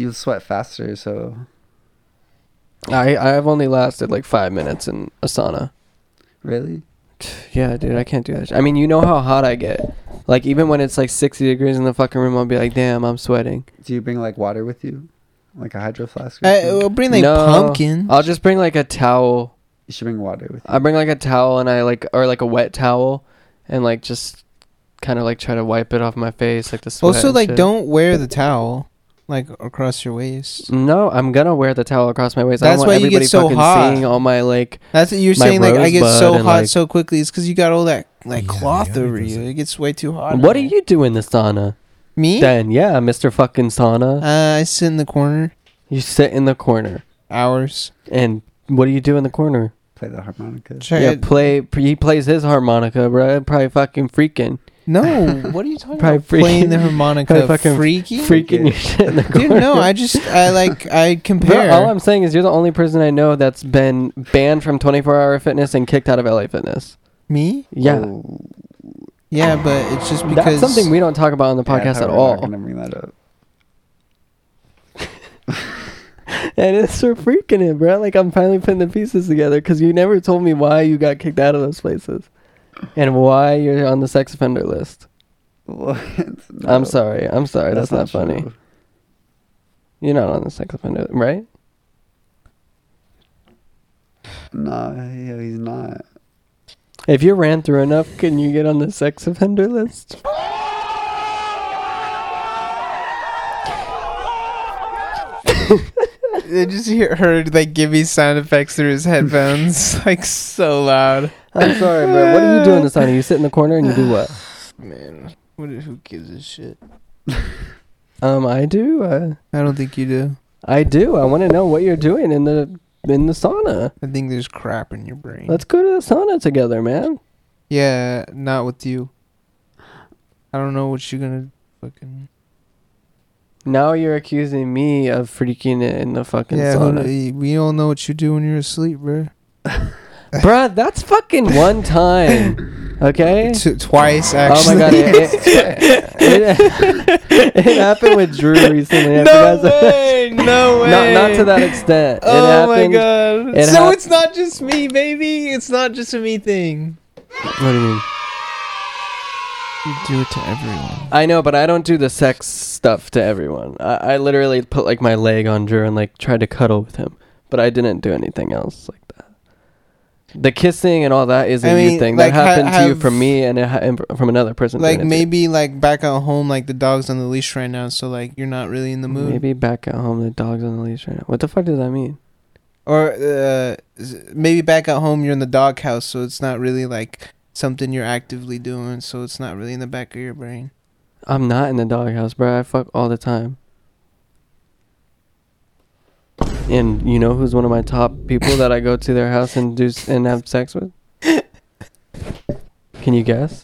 Speaker 4: you sweat faster, so
Speaker 1: I I've only lasted like five minutes in a sauna.
Speaker 4: really.
Speaker 1: Yeah, dude, I can't do that. sh- I mean, you know how hot I get. Like even when it's like 60 degrees in the fucking room, I'll be like, damn, I'm sweating.
Speaker 4: Do you bring like water with you, like a hydro flask? Or
Speaker 1: Uh,
Speaker 2: I,
Speaker 4: something?
Speaker 2: will Uh, bring like
Speaker 1: No,
Speaker 2: pumpkin.
Speaker 1: I'll just bring like a towel.
Speaker 4: you should bring water with.
Speaker 1: I bring like a towel and I like or like a wet towel and like just kind of like try to wipe it off my face like the sweat.
Speaker 2: also,
Speaker 1: and
Speaker 2: like
Speaker 1: shit.
Speaker 2: don't wear the towel like across your waist.
Speaker 1: No, I'm gonna wear the towel across my waist. I
Speaker 2: That's
Speaker 1: don't
Speaker 2: why
Speaker 1: want
Speaker 2: you get
Speaker 1: everybody
Speaker 2: so
Speaker 1: fucking
Speaker 2: hot.
Speaker 1: seeing all my like.
Speaker 2: That's what you're
Speaker 1: My
Speaker 2: saying. Like I get
Speaker 1: rosebud
Speaker 2: so hot
Speaker 1: and, like-
Speaker 2: so quickly. It's because you got all that like
Speaker 5: Yeah,
Speaker 2: cloth
Speaker 5: yeah,
Speaker 2: over
Speaker 5: because
Speaker 2: you.
Speaker 5: it-
Speaker 2: It gets way too hot. in
Speaker 1: What do
Speaker 2: there.
Speaker 1: you do in the sauna?
Speaker 2: me? Uh,
Speaker 1: Then yeah, Mr. Fucking sauna.
Speaker 2: I sit in the corner
Speaker 1: You sit in the corner
Speaker 2: hours.
Speaker 1: and what do you do in the corner?
Speaker 4: Play the harmonica.
Speaker 2: Try
Speaker 1: Yeah,
Speaker 2: it-
Speaker 1: play. He plays his harmonica, bro. Probably fucking freaking,
Speaker 2: no, what are you talking
Speaker 1: Probably
Speaker 2: about? Playing the
Speaker 1: freaking-
Speaker 2: harmonica,
Speaker 1: probably fucking
Speaker 2: freaky.
Speaker 1: freaking your shit in the corner.
Speaker 2: Dude, no, I just I like I
Speaker 1: Bro,
Speaker 2: compare.
Speaker 1: all I'm saying is you're the only person I know that's been banned from 24 Hour Fitness and kicked out of LA Fitness.
Speaker 2: me?
Speaker 1: Yeah,
Speaker 4: Oh,
Speaker 2: Yeah, but it's just
Speaker 1: that's
Speaker 2: because
Speaker 1: something we don't talk about on the
Speaker 4: yeah, I
Speaker 1: podcast at
Speaker 4: thought we were not
Speaker 1: all.
Speaker 4: Gonna bring that up.
Speaker 1: and it's for freaking it, bro. Like I'm finally putting the pieces together because you never told me why you got kicked out of those places, and why you're on the sex offender list.
Speaker 4: What? No,
Speaker 1: I'm sorry. I'm sorry. That's, not, funny.
Speaker 4: true.
Speaker 1: You're not on the sex offender, right?
Speaker 4: No, he- he's not.
Speaker 1: If you ran through enough, can you get on the sex offender list?
Speaker 2: They just hear, heard like Gibby sound effects through his headphones, like so loud.
Speaker 1: I'm sorry, bro. What do you do in the sauna? You sit in the corner and you do what?
Speaker 2: Man, what, who gives a shit?
Speaker 1: Um, I do. Uh,
Speaker 2: I don't think you do.
Speaker 1: I do. I want to know what you're doing in the in the sauna.
Speaker 2: I think there's crap in your brain.
Speaker 1: Let's go to the sauna together, man.
Speaker 2: yeah, not with you. I don't know what you're gonna fucking.
Speaker 1: Now you're accusing me of freaking it in the fucking
Speaker 2: Yeah, who,
Speaker 1: sauna,
Speaker 2: kn- we all know what you do when you're asleep, bro.
Speaker 1: Bruh, That's fucking one time, okay?
Speaker 2: T- twice
Speaker 1: Oh
Speaker 2: actually.
Speaker 1: my god, it, it, it, it happened with Drew recently. I forgot to-
Speaker 2: No
Speaker 1: Not, not to that extent.
Speaker 2: Oh
Speaker 1: it happened.
Speaker 2: my god!
Speaker 1: it
Speaker 2: so
Speaker 1: hap-
Speaker 2: it's not just me, baby. It's not just a me thing.
Speaker 1: What do you mean?
Speaker 2: You do it to everyone.
Speaker 1: I know, but I don't do the sex stuff to everyone. I, I literally put like my leg on Drew and like tried to cuddle with him, but I didn't do anything else like that. The kissing and all that is a
Speaker 2: I
Speaker 1: you
Speaker 2: mean,
Speaker 1: thing
Speaker 2: like,
Speaker 1: that
Speaker 2: ha-
Speaker 1: happened to you
Speaker 2: have-
Speaker 1: from me and it ha- and from another person.
Speaker 2: Like
Speaker 1: doing it to you.
Speaker 2: maybe like back at home, like the dog's on the leash right now, so like you're not really in the mood.
Speaker 1: Maybe back at home the dog's on the leash right now. What the fuck does that mean?
Speaker 2: Or uh, s- maybe back at home you're in the doghouse, so it's not really like something you're actively doing, so it's not really in the back of your brain.
Speaker 1: I'm not in the doghouse, bro. I fuck all the time. And you know who's one of my top people that I go to their house and do s- and have sex with? Can you guess?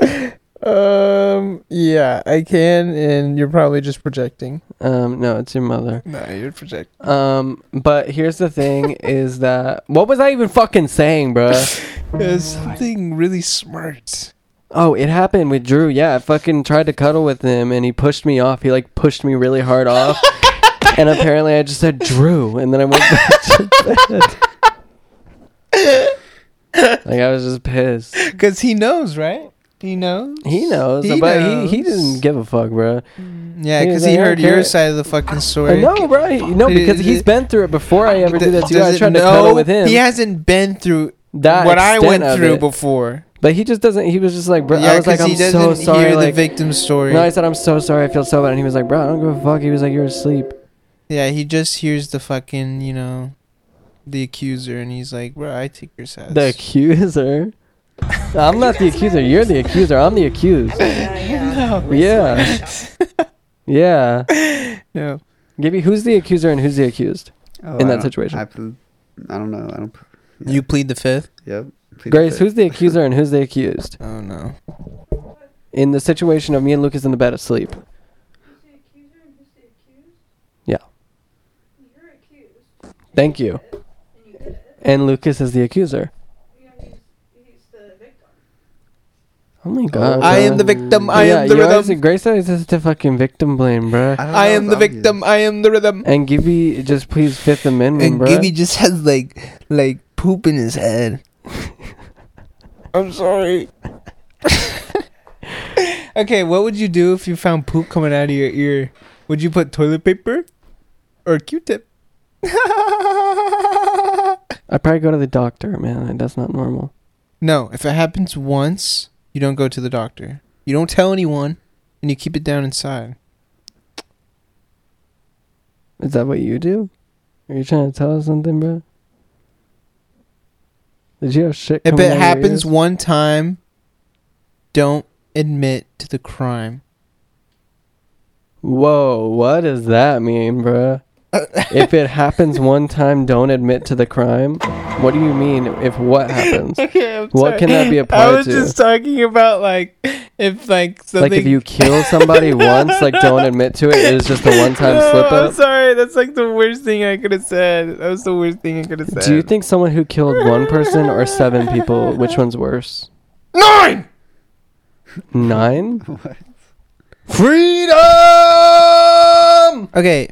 Speaker 2: Um. Yeah, I can, and you're probably just projecting.
Speaker 1: Um, no, it's your mother.
Speaker 2: No, you're projecting.
Speaker 1: Um, but here's the thing: is that what was I even fucking saying, bruh?
Speaker 2: It's something really smart.
Speaker 1: Oh, it happened with Drew. Yeah, I fucking tried to cuddle with him, and he pushed me off. He like pushed me really hard off, and apparently I just said Drew, and then I went back to bed. like I was just pissed.
Speaker 2: Cause he knows, right? He knows.
Speaker 1: He knows,
Speaker 2: He
Speaker 1: but he he
Speaker 2: knows.
Speaker 1: didn't give a fuck, bruh.
Speaker 2: Yeah,
Speaker 1: He
Speaker 2: because
Speaker 1: was
Speaker 2: he
Speaker 1: like,
Speaker 2: heard
Speaker 1: "Okay."
Speaker 2: your side of the fucking
Speaker 1: Uh,
Speaker 2: story.
Speaker 1: No, bro, he- no,
Speaker 2: Did-
Speaker 1: because he's
Speaker 2: did-
Speaker 1: been through it before I ever do
Speaker 2: Th-
Speaker 1: that too.
Speaker 2: does
Speaker 1: I
Speaker 2: it-
Speaker 1: tried to
Speaker 2: no,
Speaker 1: cuddle with him.
Speaker 2: He hasn't been through
Speaker 1: that
Speaker 2: what I
Speaker 1: extent
Speaker 2: went
Speaker 1: of
Speaker 2: through
Speaker 1: it.
Speaker 2: before.
Speaker 1: But he just doesn't. He was just like, bro. I
Speaker 2: yeah,
Speaker 1: was like,
Speaker 2: because
Speaker 1: I'm
Speaker 2: he
Speaker 1: so
Speaker 2: doesn't
Speaker 1: sorry.
Speaker 2: hear
Speaker 1: Like,
Speaker 2: the victim story.
Speaker 1: no, I said, I'm so sorry. I feel so bad. And he was like, bro, I don't give a fuck. He was like, you're asleep.
Speaker 2: yeah, he just hears the fucking, you know, the accuser, and he's like, "Bro, I take your side."
Speaker 1: The accuser. I'm not the accuser. You're the accuser. I'm the accused. Yeah. Yeah.
Speaker 2: no.
Speaker 1: Gibby, who's the accuser and who's the accused?
Speaker 4: Oh,
Speaker 1: In that
Speaker 4: I don't-
Speaker 1: situation.
Speaker 4: I, pl- I don't know. I don't. pl-
Speaker 2: You plead the fifth.
Speaker 4: Yep. plead
Speaker 1: Grace,
Speaker 4: fifth.
Speaker 1: who's the accuser and who's the accused?
Speaker 2: Oh no.
Speaker 1: In the situation of me and Lucas in the bed asleep.
Speaker 9: Who's the accuser and who's the accused?
Speaker 1: Yeah.
Speaker 9: You're accused,
Speaker 1: Thank you.
Speaker 9: and you did it.
Speaker 1: And Lucas is the accuser.
Speaker 9: You know, he's, he's the victim.
Speaker 1: Oh my god.
Speaker 2: I
Speaker 1: bro.
Speaker 2: am the victim. I
Speaker 1: yeah,
Speaker 2: am the
Speaker 1: you Oh, always-
Speaker 2: rhythm.
Speaker 1: Grace always has to fucking victim blame, bruh.
Speaker 4: don't
Speaker 2: I
Speaker 4: know,
Speaker 2: am
Speaker 4: it's
Speaker 2: the
Speaker 4: obvious.
Speaker 2: victim. I am the rhythm.
Speaker 1: And Gibby just please Fifth Amendment,
Speaker 2: And
Speaker 1: bruh.
Speaker 2: Gibby just has like, like poop in his head. I'm sorry. okay, what would you do if you found poop coming out of your ear? Would you put toilet paper or a Q-tip?
Speaker 1: I probably go to the doctor, man. Like, That's not normal.
Speaker 2: no, if it happens once, you don't go to the doctor. You don't tell anyone, and you keep it down inside.
Speaker 1: Is that what you do? Are you trying to tell us something, bro? Did you have shit?
Speaker 2: If
Speaker 1: coming
Speaker 2: it
Speaker 1: out of your
Speaker 2: happens
Speaker 1: ears?
Speaker 2: one time, don't admit to the crime.
Speaker 1: whoa! What does that mean, bro? if it happens one time, don't admit to the crime. What do you mean? If what happens?
Speaker 2: Okay, I'm
Speaker 1: What
Speaker 2: sorry.
Speaker 1: can that be
Speaker 2: I
Speaker 1: applied
Speaker 2: was
Speaker 1: to?
Speaker 2: just talking about like if like something.
Speaker 1: like if you kill somebody once, like don't admit to it. It is just a one-time
Speaker 2: No,
Speaker 1: slip
Speaker 2: I'm
Speaker 1: up.
Speaker 2: sorry, that's like the worst thing I could have said. That was the worst thing I could have said.
Speaker 1: Do you think someone who killed one person or seven people, which one's worse?
Speaker 2: nine
Speaker 1: Nine?
Speaker 4: What?
Speaker 2: freedom? Okay,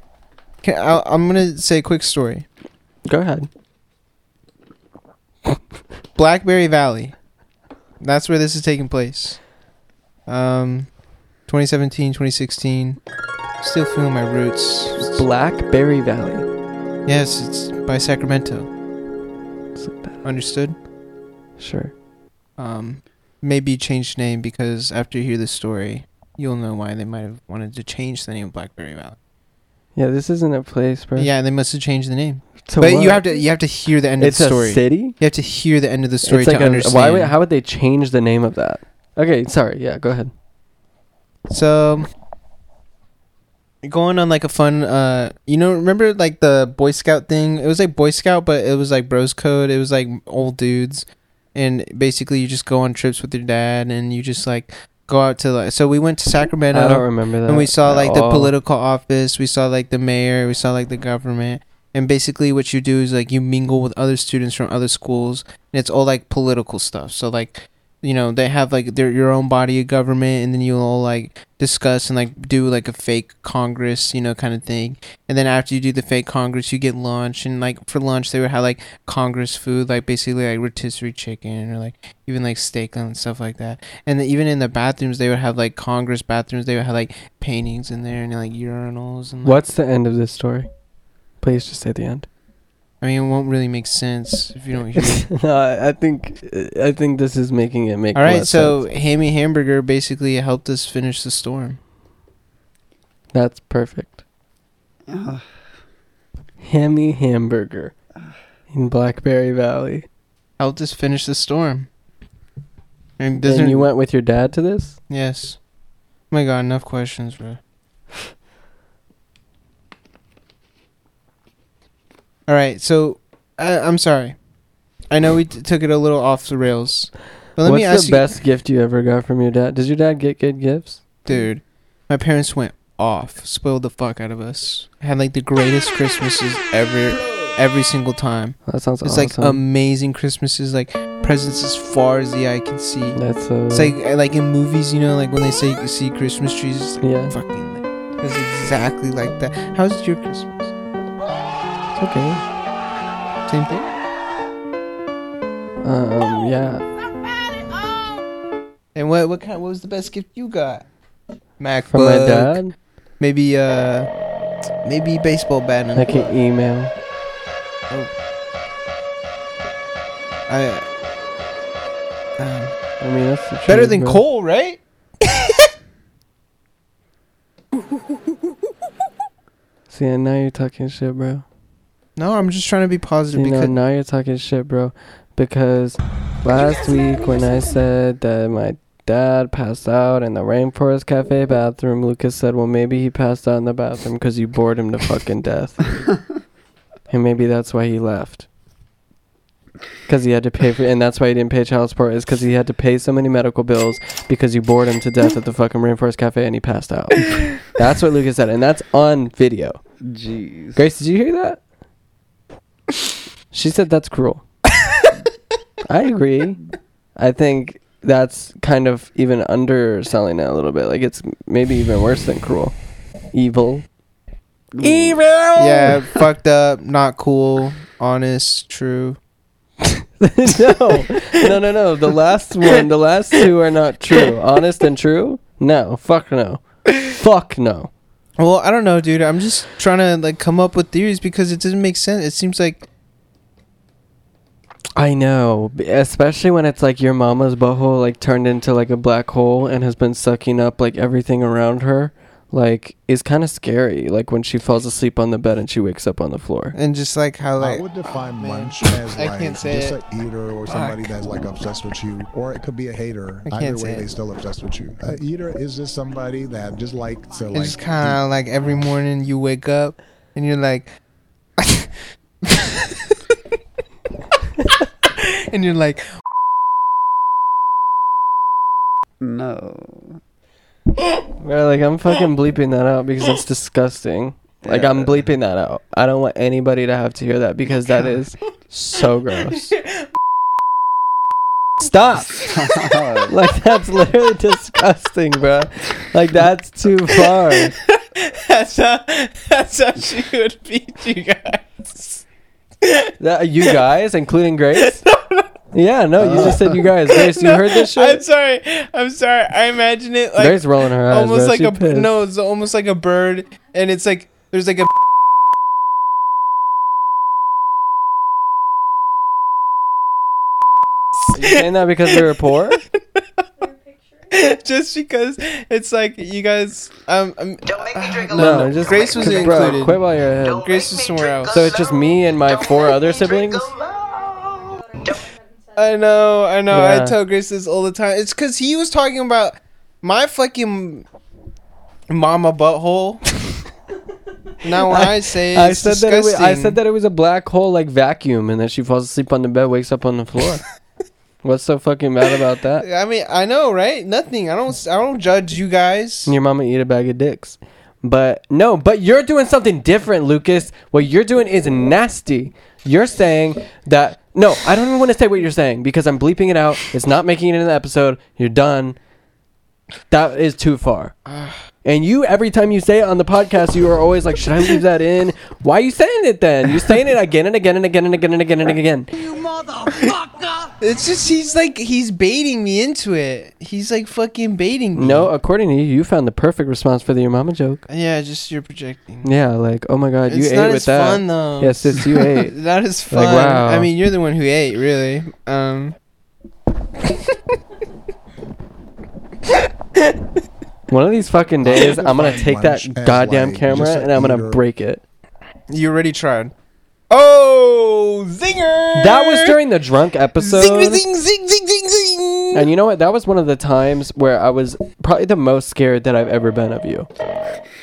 Speaker 2: Can, I'll, I'm gonna say a quick story.
Speaker 1: Go ahead.
Speaker 2: Blackberry Valley. That's where this is taking place. Um, 2017, 2016. Still feeling my roots.
Speaker 1: Blackberry Valley.
Speaker 2: Yes, it's by Sacramento.
Speaker 1: It's like that.
Speaker 2: Understood?
Speaker 1: Sure.
Speaker 2: Um, maybe change name because after you hear the story, you'll know why they might have wanted to change the name of Blackberry Valley.
Speaker 1: Yeah, this isn't a place, bro.
Speaker 2: Yeah, they must have changed the name.
Speaker 1: To
Speaker 2: but you
Speaker 1: what?
Speaker 2: have to you have to hear the end
Speaker 1: It's
Speaker 2: of the story.
Speaker 1: a city.
Speaker 2: You have to hear the end of the story
Speaker 1: it's like
Speaker 2: to
Speaker 1: a,
Speaker 2: understand.
Speaker 1: why? Would, how would they change the name of that? Okay, sorry. Yeah, go ahead.
Speaker 2: So going on like a fun uh you know remember like the boy scout thing it was like boy scout but it was like bros code it was like old dudes and basically you just go on trips with your dad and you just like go out to like so we went
Speaker 1: I
Speaker 2: to sacramento
Speaker 1: don't, remember that.
Speaker 2: and we saw
Speaker 1: at
Speaker 2: like the
Speaker 1: all.
Speaker 2: political office we saw like the mayor we saw like the government and basically what you do is like you mingle with other students from other schools and it's all like political stuff so like you know they have like their your own body of government and then you'll all like discuss and like do like a fake congress you know kind of thing and then after you do the fake congress you get lunch and like for lunch they would have like congress food like basically like rotisserie chicken or like even like steak and stuff like that and then even in the bathrooms they would have like congress bathrooms they would have like paintings in there and like urinals and like,
Speaker 1: What's the end of this story? Please just say the end.
Speaker 2: i mean it won't really make sense if you don't hear it
Speaker 1: no, I- I think I think this is making it make.
Speaker 2: all right
Speaker 1: less
Speaker 2: so
Speaker 1: sense.
Speaker 2: hammy hamburger basically helped us finish the storm
Speaker 1: that's perfect.
Speaker 4: Ugh.
Speaker 1: Hammy hamburger in Blackberry Valley.
Speaker 2: helped us finish the storm and doesn't
Speaker 1: And you went with your dad to this?
Speaker 2: Yes. Oh my god, enough questions, bro. All right, so I, I'm sorry. I know we t- took it a little off the rails, but let
Speaker 1: What's
Speaker 2: me ask
Speaker 1: the
Speaker 2: you,
Speaker 1: best gift you ever got from your dad? Does your dad get good gifts?
Speaker 2: dude. My parents went off, spoiled the fuck out of us. Had like the greatest Christmases ever, every single time.
Speaker 1: That sounds
Speaker 2: It's like um,
Speaker 1: awesome.
Speaker 2: amazing Christmases, like presents as far as the eye can see.
Speaker 1: That's uh,
Speaker 2: It's like like in movies, you know, like when they say you see Christmas trees, it's like
Speaker 1: Yeah.
Speaker 2: fucking like, it's exactly like that. How's your Christmas?
Speaker 1: it's okay.
Speaker 2: Same thing?
Speaker 1: Um, yeah,
Speaker 2: And what what kind what was the best gift you got? Mac
Speaker 1: from my dad,
Speaker 2: Maybe uh maybe baseball bat and
Speaker 1: like an email.
Speaker 2: I um,
Speaker 1: I mean, that's the
Speaker 2: better
Speaker 1: truth,
Speaker 2: than
Speaker 1: bro.
Speaker 2: coal, right?
Speaker 1: See, and now you're talking shit, bro.
Speaker 2: No, I'm just trying to be positive
Speaker 1: You know,
Speaker 2: because
Speaker 1: now you're talking shit, bro. Because last week when I said that my dad passed out in the Rainforest Cafe bathroom, Lucas said, well, maybe he passed out in the bathroom because you bored him to fucking death. and maybe that's why he left. Because he had to pay for, and that's why he didn't pay child support, is because he had to pay so many medical bills because you bored him to death at the fucking Rainforest Cafe and he passed out. that's what Lucas said, and that's on video.
Speaker 4: Jeez.
Speaker 1: Grace, did you hear that? She said that's cruel. I agree. I think that's kind of even underselling it a little bit. Like it's maybe even worse than cruel. Evil. Evil.
Speaker 2: yeah, fucked up, not cool, honest, true.
Speaker 1: no. No, no, no. The last one, the last two are not true. Honest and true? No. Fuck no. Fuck no.
Speaker 2: Well, I don't know, dude. I'm just trying to like come up with theories because it doesn't make sense. It seems like
Speaker 1: I know, b- especially when it's like your mama's butthole like turned into like a black hole and has been sucking up like everything around her. Like, is kind of scary. Like when she falls asleep on the bed and she wakes up on the floor.
Speaker 2: and just like how
Speaker 5: I
Speaker 2: like
Speaker 5: would define
Speaker 2: Oh, man.
Speaker 5: munch as
Speaker 2: I
Speaker 5: like
Speaker 2: can't say
Speaker 5: just
Speaker 2: it.
Speaker 5: a eater or somebody that's like obsessed with you, or it could be a hater.
Speaker 2: I
Speaker 5: Either
Speaker 2: can't
Speaker 5: way,
Speaker 2: say it.
Speaker 5: they still obsessed with you. A eater is just somebody that just like to
Speaker 2: it's
Speaker 5: like.
Speaker 2: just kind of like every morning you wake up and you're like, and you're like,
Speaker 4: No.
Speaker 1: Bro, like I'm fucking bleeping that out because it's disgusting. Like I'm bleeping that out. I don't want anybody to have to hear that because that is so gross. Stop.
Speaker 4: Stop.
Speaker 1: Like that's literally disgusting, bro. Like that's too far.
Speaker 2: that's how that's how she would beat you guys.
Speaker 1: That- uh, you guys, including Grace. Yeah, no, you just said you guys. Grace, you
Speaker 2: No,
Speaker 1: heard this
Speaker 2: I'm
Speaker 1: shit.
Speaker 2: sorry. I'm sorry. I imagine it like
Speaker 1: Grace rolling her eyes.
Speaker 2: almost
Speaker 1: bro.
Speaker 2: like
Speaker 1: She
Speaker 2: a
Speaker 1: pissed.
Speaker 2: no. It's almost like a bird, and it's like there's like a.
Speaker 1: You saying that because we were poor?
Speaker 2: just because it's like you guys um, um
Speaker 8: Don't make me drink alone.
Speaker 1: No, just
Speaker 2: Grace was
Speaker 1: bro,
Speaker 2: included.
Speaker 1: Quit while you're ahead.
Speaker 8: Don't
Speaker 2: Grace
Speaker 8: make
Speaker 2: was
Speaker 8: me
Speaker 2: somewhere
Speaker 8: drink
Speaker 2: else.
Speaker 1: So it's just me and my
Speaker 8: Don't
Speaker 1: four
Speaker 8: make
Speaker 1: other
Speaker 8: me drink
Speaker 1: siblings.
Speaker 8: alone.
Speaker 2: i know i know i
Speaker 1: Yeah.
Speaker 2: tell grace this all the time it's because he was talking about my fucking mama butthole now when i, say it,
Speaker 1: I
Speaker 2: it's
Speaker 1: said that it was, I
Speaker 2: disgusting.
Speaker 1: said that it was a black hole like vacuum, and then she falls asleep on the bed, wakes up on the floor. What's so fucking bad about that?
Speaker 2: i mean i know right nothing i don't i don't judge you guys
Speaker 1: Your mama eat a bag of dicks. But no, but you're doing something different, Lucas. What you're doing is nasty. You're saying that no, I don't even want to say what you're saying because I'm bleeping it out. It's not making it in the episode. You're done. That is too far. And you, every time you say it on the podcast, you are always like, "Should I leave that in? Why are you saying it then? You're saying it again and again and again and again and again and again."
Speaker 2: it's just he's like he's baiting me into it he's like fucking baiting me
Speaker 1: No, uh, according to you, you found the perfect response for the your mama joke.
Speaker 2: yeah just you're projecting
Speaker 1: Yeah, like, oh my god, you
Speaker 2: it's
Speaker 1: ate
Speaker 2: not
Speaker 1: with
Speaker 2: as
Speaker 1: that.
Speaker 2: fun though
Speaker 1: Yes, sis, you ate.
Speaker 2: That is fun.
Speaker 1: Like, wow.
Speaker 2: I mean, you're the one who ate, really. Um,
Speaker 1: One of these fucking days, I'm gonna
Speaker 5: Define
Speaker 1: take that
Speaker 5: lunch as
Speaker 1: goddamn
Speaker 5: like
Speaker 1: camera
Speaker 5: just a
Speaker 1: and I'm gonna
Speaker 5: eater.
Speaker 1: break it.
Speaker 2: you already tried. Oh, zinger!
Speaker 1: That was during the drunk
Speaker 2: Zing,
Speaker 1: episode.
Speaker 2: zing, zing, zing, zing, zing.
Speaker 1: And you know what? That was one of the times where I was probably the most scared that I've ever been of you.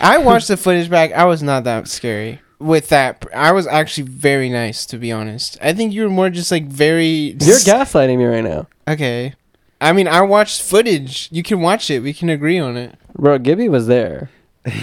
Speaker 2: I watched the footage back. I was not that scary with that. pr- I was actually very nice, to be honest. I think you were more just like very.
Speaker 1: You're gaslighting me right now.
Speaker 2: Okay. I mean, I watched footage. You can watch it. We can agree on it.
Speaker 1: Bro, Gibby was there.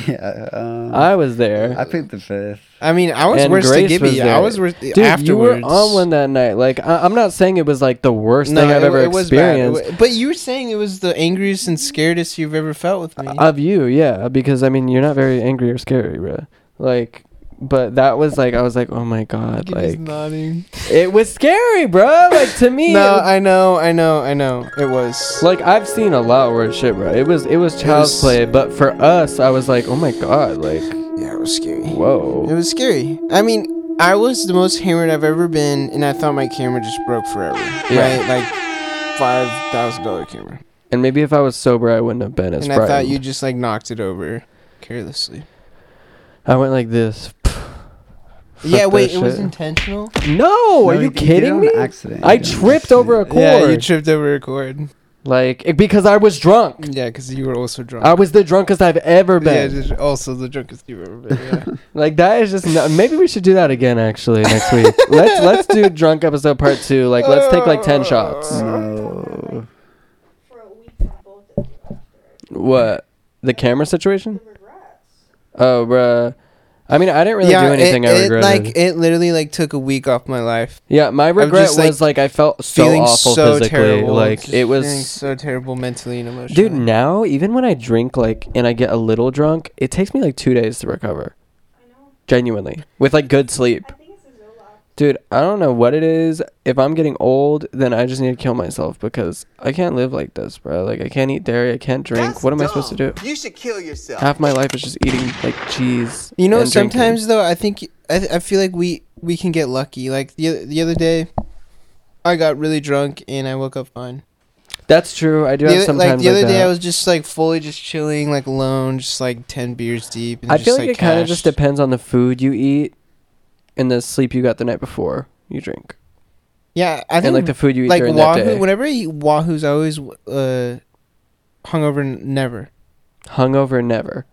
Speaker 4: yeah. Um, I,
Speaker 1: I was there.
Speaker 4: picked the fifth.
Speaker 2: I mean, I was
Speaker 1: And
Speaker 2: worse
Speaker 1: Grace
Speaker 2: to Gibby.
Speaker 1: was
Speaker 2: I
Speaker 1: there.
Speaker 2: was worse
Speaker 1: Dude,
Speaker 2: afterwards.
Speaker 1: you were on one that night. Like, I- I'm not saying it was like the worst thing I've
Speaker 2: it-
Speaker 1: ever
Speaker 2: it was bad. It
Speaker 1: experienced.
Speaker 2: wa- but you were saying it was the angriest and scaredest you've ever felt with me.
Speaker 1: of you yeah because i mean you're not very angry or scary bro like but that was like i was like oh my god like
Speaker 2: nodding.
Speaker 1: it was scary bro like to me it
Speaker 2: No,
Speaker 1: was-
Speaker 2: I know, I know, I know. It was.
Speaker 1: like i've seen a lot worse shit bro it was it was child's
Speaker 2: was-
Speaker 1: play but for us i was like oh my god like
Speaker 2: yeah, it was scary. It
Speaker 1: whoa
Speaker 2: was scary. I mean, I was the most hammered I've ever been, and I thought my camera just broke forever.
Speaker 1: Yeah.
Speaker 2: Right? Like five thousand dollar camera,
Speaker 1: and maybe if i was sober i wouldn't have been as
Speaker 2: and I thought
Speaker 1: frightened
Speaker 2: you just like knocked it over carelessly.
Speaker 1: i went like this
Speaker 2: yeah,
Speaker 1: that
Speaker 2: wait, it was
Speaker 1: shit.
Speaker 2: intentional.
Speaker 1: no, Oh, are
Speaker 4: No,
Speaker 1: you
Speaker 4: did it
Speaker 1: kidding
Speaker 4: on
Speaker 1: me
Speaker 4: Accident.
Speaker 1: i
Speaker 4: yeah.
Speaker 1: tripped over a cord
Speaker 2: Yeah, you tripped over a cord.
Speaker 1: like it- because i was drunk
Speaker 2: Yeah, because you were also drunk.
Speaker 1: i was the drunkest i've ever been
Speaker 2: yeah, just also the drunkest you've ever been. Yeah.
Speaker 1: Like that is just no- maybe we should do that again actually next week. let's let's do drunk episode part two. Like let's take like ten shots.
Speaker 4: No.
Speaker 9: For a week from both of you afterwards.
Speaker 1: What the camera situation?
Speaker 9: The regrets.
Speaker 1: Oh, bruh. I mean, I didn't really do anything
Speaker 2: it,
Speaker 1: I
Speaker 2: it,
Speaker 1: regretted.
Speaker 2: like it literally like took a week off my life.
Speaker 1: yeah, my regret
Speaker 2: just,
Speaker 1: was like I felt so
Speaker 2: feeling
Speaker 1: awful
Speaker 2: so
Speaker 1: physically.
Speaker 2: terrible.
Speaker 1: Like
Speaker 2: just
Speaker 1: it
Speaker 2: feeling
Speaker 1: was.
Speaker 2: so terrible mentally and emotionally.
Speaker 1: Dude, now even when I drink like and I get a little drunk, it takes me like two days to recover.
Speaker 9: I know.
Speaker 1: Genuinely, with like good sleep.
Speaker 9: I think it's a Zoloft.
Speaker 1: Dude, I don't know what it is. If I'm getting old, then I just need to kill myself because I can't live like this, bro. Like I can't eat dairy, I can't drink.
Speaker 8: That's
Speaker 1: what am I supposed to
Speaker 8: dumb.
Speaker 1: do?
Speaker 8: You should kill yourself.
Speaker 1: Half my life is just eating like cheese.
Speaker 2: you know
Speaker 1: and drinking.
Speaker 2: sometimes though I think I, th- I feel like we we can get lucky. Like the the other day, I got really drunk and I woke up fine.
Speaker 1: that's true. I do
Speaker 2: The
Speaker 1: have
Speaker 2: other,
Speaker 1: sometimes
Speaker 2: like the other
Speaker 1: like
Speaker 2: day,
Speaker 1: that.
Speaker 2: I was just like fully just chilling, like alone, just like ten beers deep. And
Speaker 1: I
Speaker 2: just,
Speaker 1: feel like, it kind of just
Speaker 2: cashed.
Speaker 1: depends on the food you eat and the sleep you got the night before you drink,
Speaker 2: yeah. I think
Speaker 1: and like the food you eat
Speaker 2: like
Speaker 1: during
Speaker 2: Wahoo.
Speaker 1: that day.
Speaker 2: Whenever I eat Wahoo's, I always uh, hungover. N- never.
Speaker 1: Hungover never.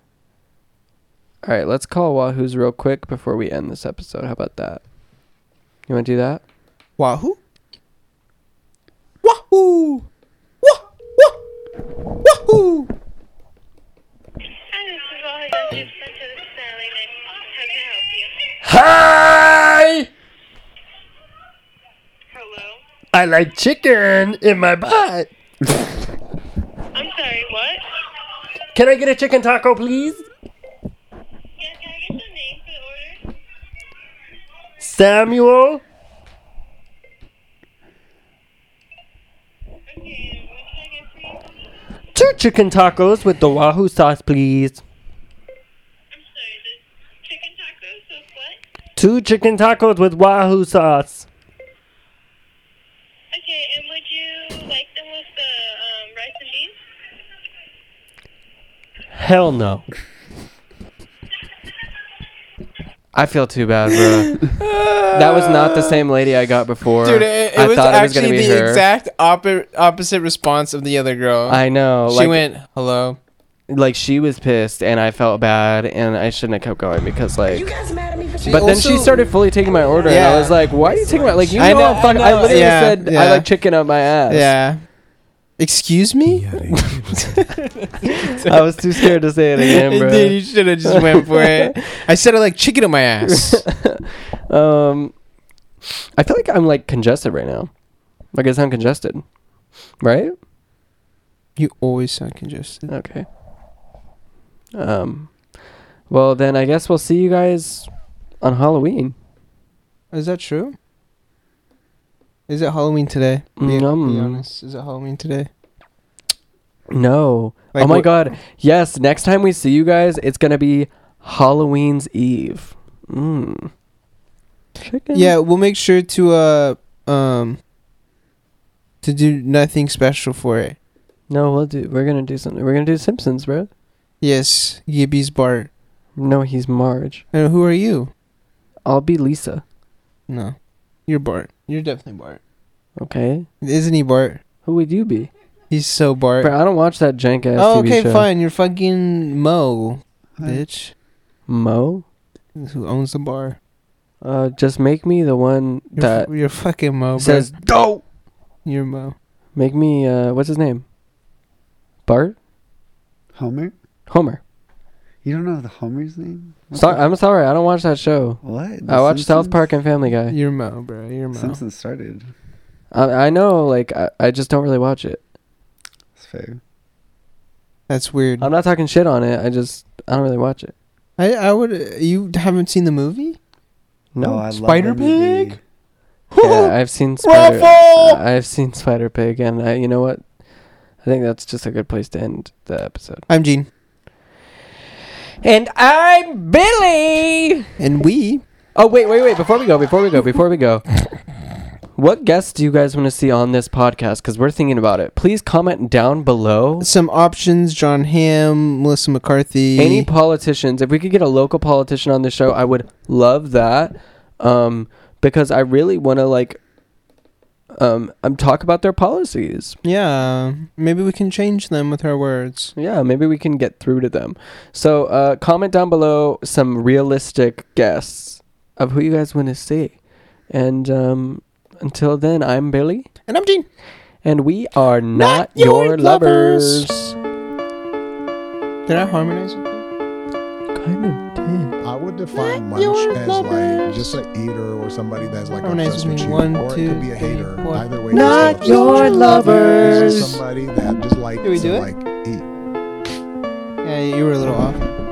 Speaker 1: All right, let's call Wahoo's real quick before we end this episode. How about that? You want to do that?
Speaker 2: Wahoo! Wahoo! Wah! Wah! Wahoo!
Speaker 10: Hi, this is all I got you sent to the Sally Lake. How can I help you?
Speaker 1: Hi.
Speaker 10: Hello?
Speaker 1: I like chicken in my butt.
Speaker 10: I'm sorry, what?
Speaker 1: Can I get a chicken taco, please? Samuel? Two chicken tacos with the Wahoo sauce, please. Two chicken tacos with Wahoo sauce.
Speaker 10: Okay, and would you like them with the um, rice and beans?
Speaker 1: Hell no. I feel too bad, bro. that was not the same lady I got before.
Speaker 2: Dude, it, it
Speaker 1: I
Speaker 2: was
Speaker 1: thought it was
Speaker 2: actually
Speaker 1: gonna be
Speaker 2: the
Speaker 1: her.
Speaker 2: exact oppo- opposite response of the other girl.
Speaker 1: I know.
Speaker 2: she
Speaker 1: like,
Speaker 2: went, "Hello."
Speaker 1: like she was pissed, and I felt bad, and I shouldn't have kept going because like. but then she
Speaker 2: also-
Speaker 1: started fully taking my order, and I
Speaker 2: Yeah.
Speaker 1: was like, "Why are you taking my like? You know,
Speaker 2: I
Speaker 1: I,
Speaker 2: know-
Speaker 1: I'm fucking,
Speaker 2: I
Speaker 1: I,
Speaker 2: know,
Speaker 1: literally
Speaker 2: yeah,
Speaker 1: said I
Speaker 2: yeah.
Speaker 1: like chicken up my ass.
Speaker 2: Yeah. Excuse me.
Speaker 1: I was too scared to say it again, bro.
Speaker 2: Dude, you should have just went for it. I said it like chicken in my ass.
Speaker 1: Um, I feel like I'm like congested right now. Like I sound congested, right?
Speaker 2: you always sound congested.
Speaker 1: Okay. Um, well then I guess we'll see you guys on Halloween.
Speaker 2: Is that true? Is it Halloween today? Be, be
Speaker 1: Mm.
Speaker 2: honest. Is it Halloween today?
Speaker 1: No.
Speaker 2: Like
Speaker 1: oh my
Speaker 2: what-
Speaker 1: god. Yes. Next time we see you guys, it's gonna be Halloween's Eve. Mm. Chicken.
Speaker 2: Yeah, we'll make sure to uh um to do nothing special for it.
Speaker 1: No, we'll do. We're gonna do something. We're gonna do Simpsons, bro.
Speaker 2: Yes, Gibby's Bart.
Speaker 1: No, he's Marge.
Speaker 2: And who are you?
Speaker 1: I'll be Lisa.
Speaker 2: No, you're Bart. You're definitely Bart.
Speaker 1: Okay.
Speaker 2: Isn't he Bart?
Speaker 1: Who would you be?
Speaker 2: He's so Bart.
Speaker 1: Bro, I don't watch that jank ass
Speaker 2: oh,
Speaker 1: TV
Speaker 2: okay,
Speaker 1: show.
Speaker 2: fine. You're fucking Mo, bitch.
Speaker 1: Mo,
Speaker 2: Who owns the bar?
Speaker 1: uh, just make me the one
Speaker 2: You're,
Speaker 1: that
Speaker 2: f- you're fucking Mo. Bro.
Speaker 1: says dope.
Speaker 2: you're Mo.
Speaker 1: Make me uh, what's his name? Bart
Speaker 4: Homer?
Speaker 1: Homer.
Speaker 4: You don't know the Homer's name? What?
Speaker 1: So- I'm sorry, I don't watch that show.
Speaker 4: what?
Speaker 1: I watch South
Speaker 4: Simpsons?
Speaker 1: Park and Family Guy.
Speaker 2: You're Mo, bro. You're Mo.
Speaker 4: Simpsons started.
Speaker 1: I, I know, like I, I just don't really watch it.
Speaker 4: It's fair.
Speaker 2: That's weird.
Speaker 1: I'm not talking shit on it. I just I don't really watch it.
Speaker 2: I I would. uh, You haven't seen the movie?
Speaker 1: No.
Speaker 4: Oh, I love that
Speaker 2: Spider
Speaker 4: movie.
Speaker 2: Pig?
Speaker 1: yeah, I've seen Spider. I've seen Spider Pig, and I, you know what? I think that's just a good place to end the episode.
Speaker 2: I'm Gene,
Speaker 1: And I'm Billy.
Speaker 2: and we.
Speaker 1: Oh wait, wait, wait! Before we go, before we go, before we go, what guests do you guys want to see on this podcast? Because we're thinking about it. Please comment down below.
Speaker 2: some options: John Hamm, Melissa McCarthy.
Speaker 1: Any politicians, if we could get a local politician on the show, I would love that. Um, because I really want to like, um, um, talk about their policies.
Speaker 2: yeah, maybe we can change them with our words.
Speaker 1: Yeah, maybe we can get through to them. So, uh, comment down below some realistic guests of who you guys want to see. And um, until then, I'm Billy.
Speaker 2: And I'm Gene.
Speaker 1: And we are not, your,
Speaker 2: your
Speaker 1: lovers.
Speaker 2: lovers. Did I harmonize? With you?
Speaker 1: Kind of did.
Speaker 5: I would define Munch
Speaker 2: your
Speaker 5: as like
Speaker 2: lovers.
Speaker 5: just an eater or somebody that's like
Speaker 2: Harmonize
Speaker 5: obsessed
Speaker 2: with
Speaker 5: with
Speaker 2: me.
Speaker 5: you,
Speaker 2: One,
Speaker 5: or it
Speaker 2: two,
Speaker 5: could be a
Speaker 2: three,
Speaker 5: hater.
Speaker 2: four.
Speaker 5: Either way,
Speaker 1: Not
Speaker 5: it's all
Speaker 1: your
Speaker 5: obsessed with you. This
Speaker 1: lovers.
Speaker 5: is Somebody that just like
Speaker 2: Can we
Speaker 5: to
Speaker 2: do it?
Speaker 5: like eat.
Speaker 2: Yeah, you were a little off.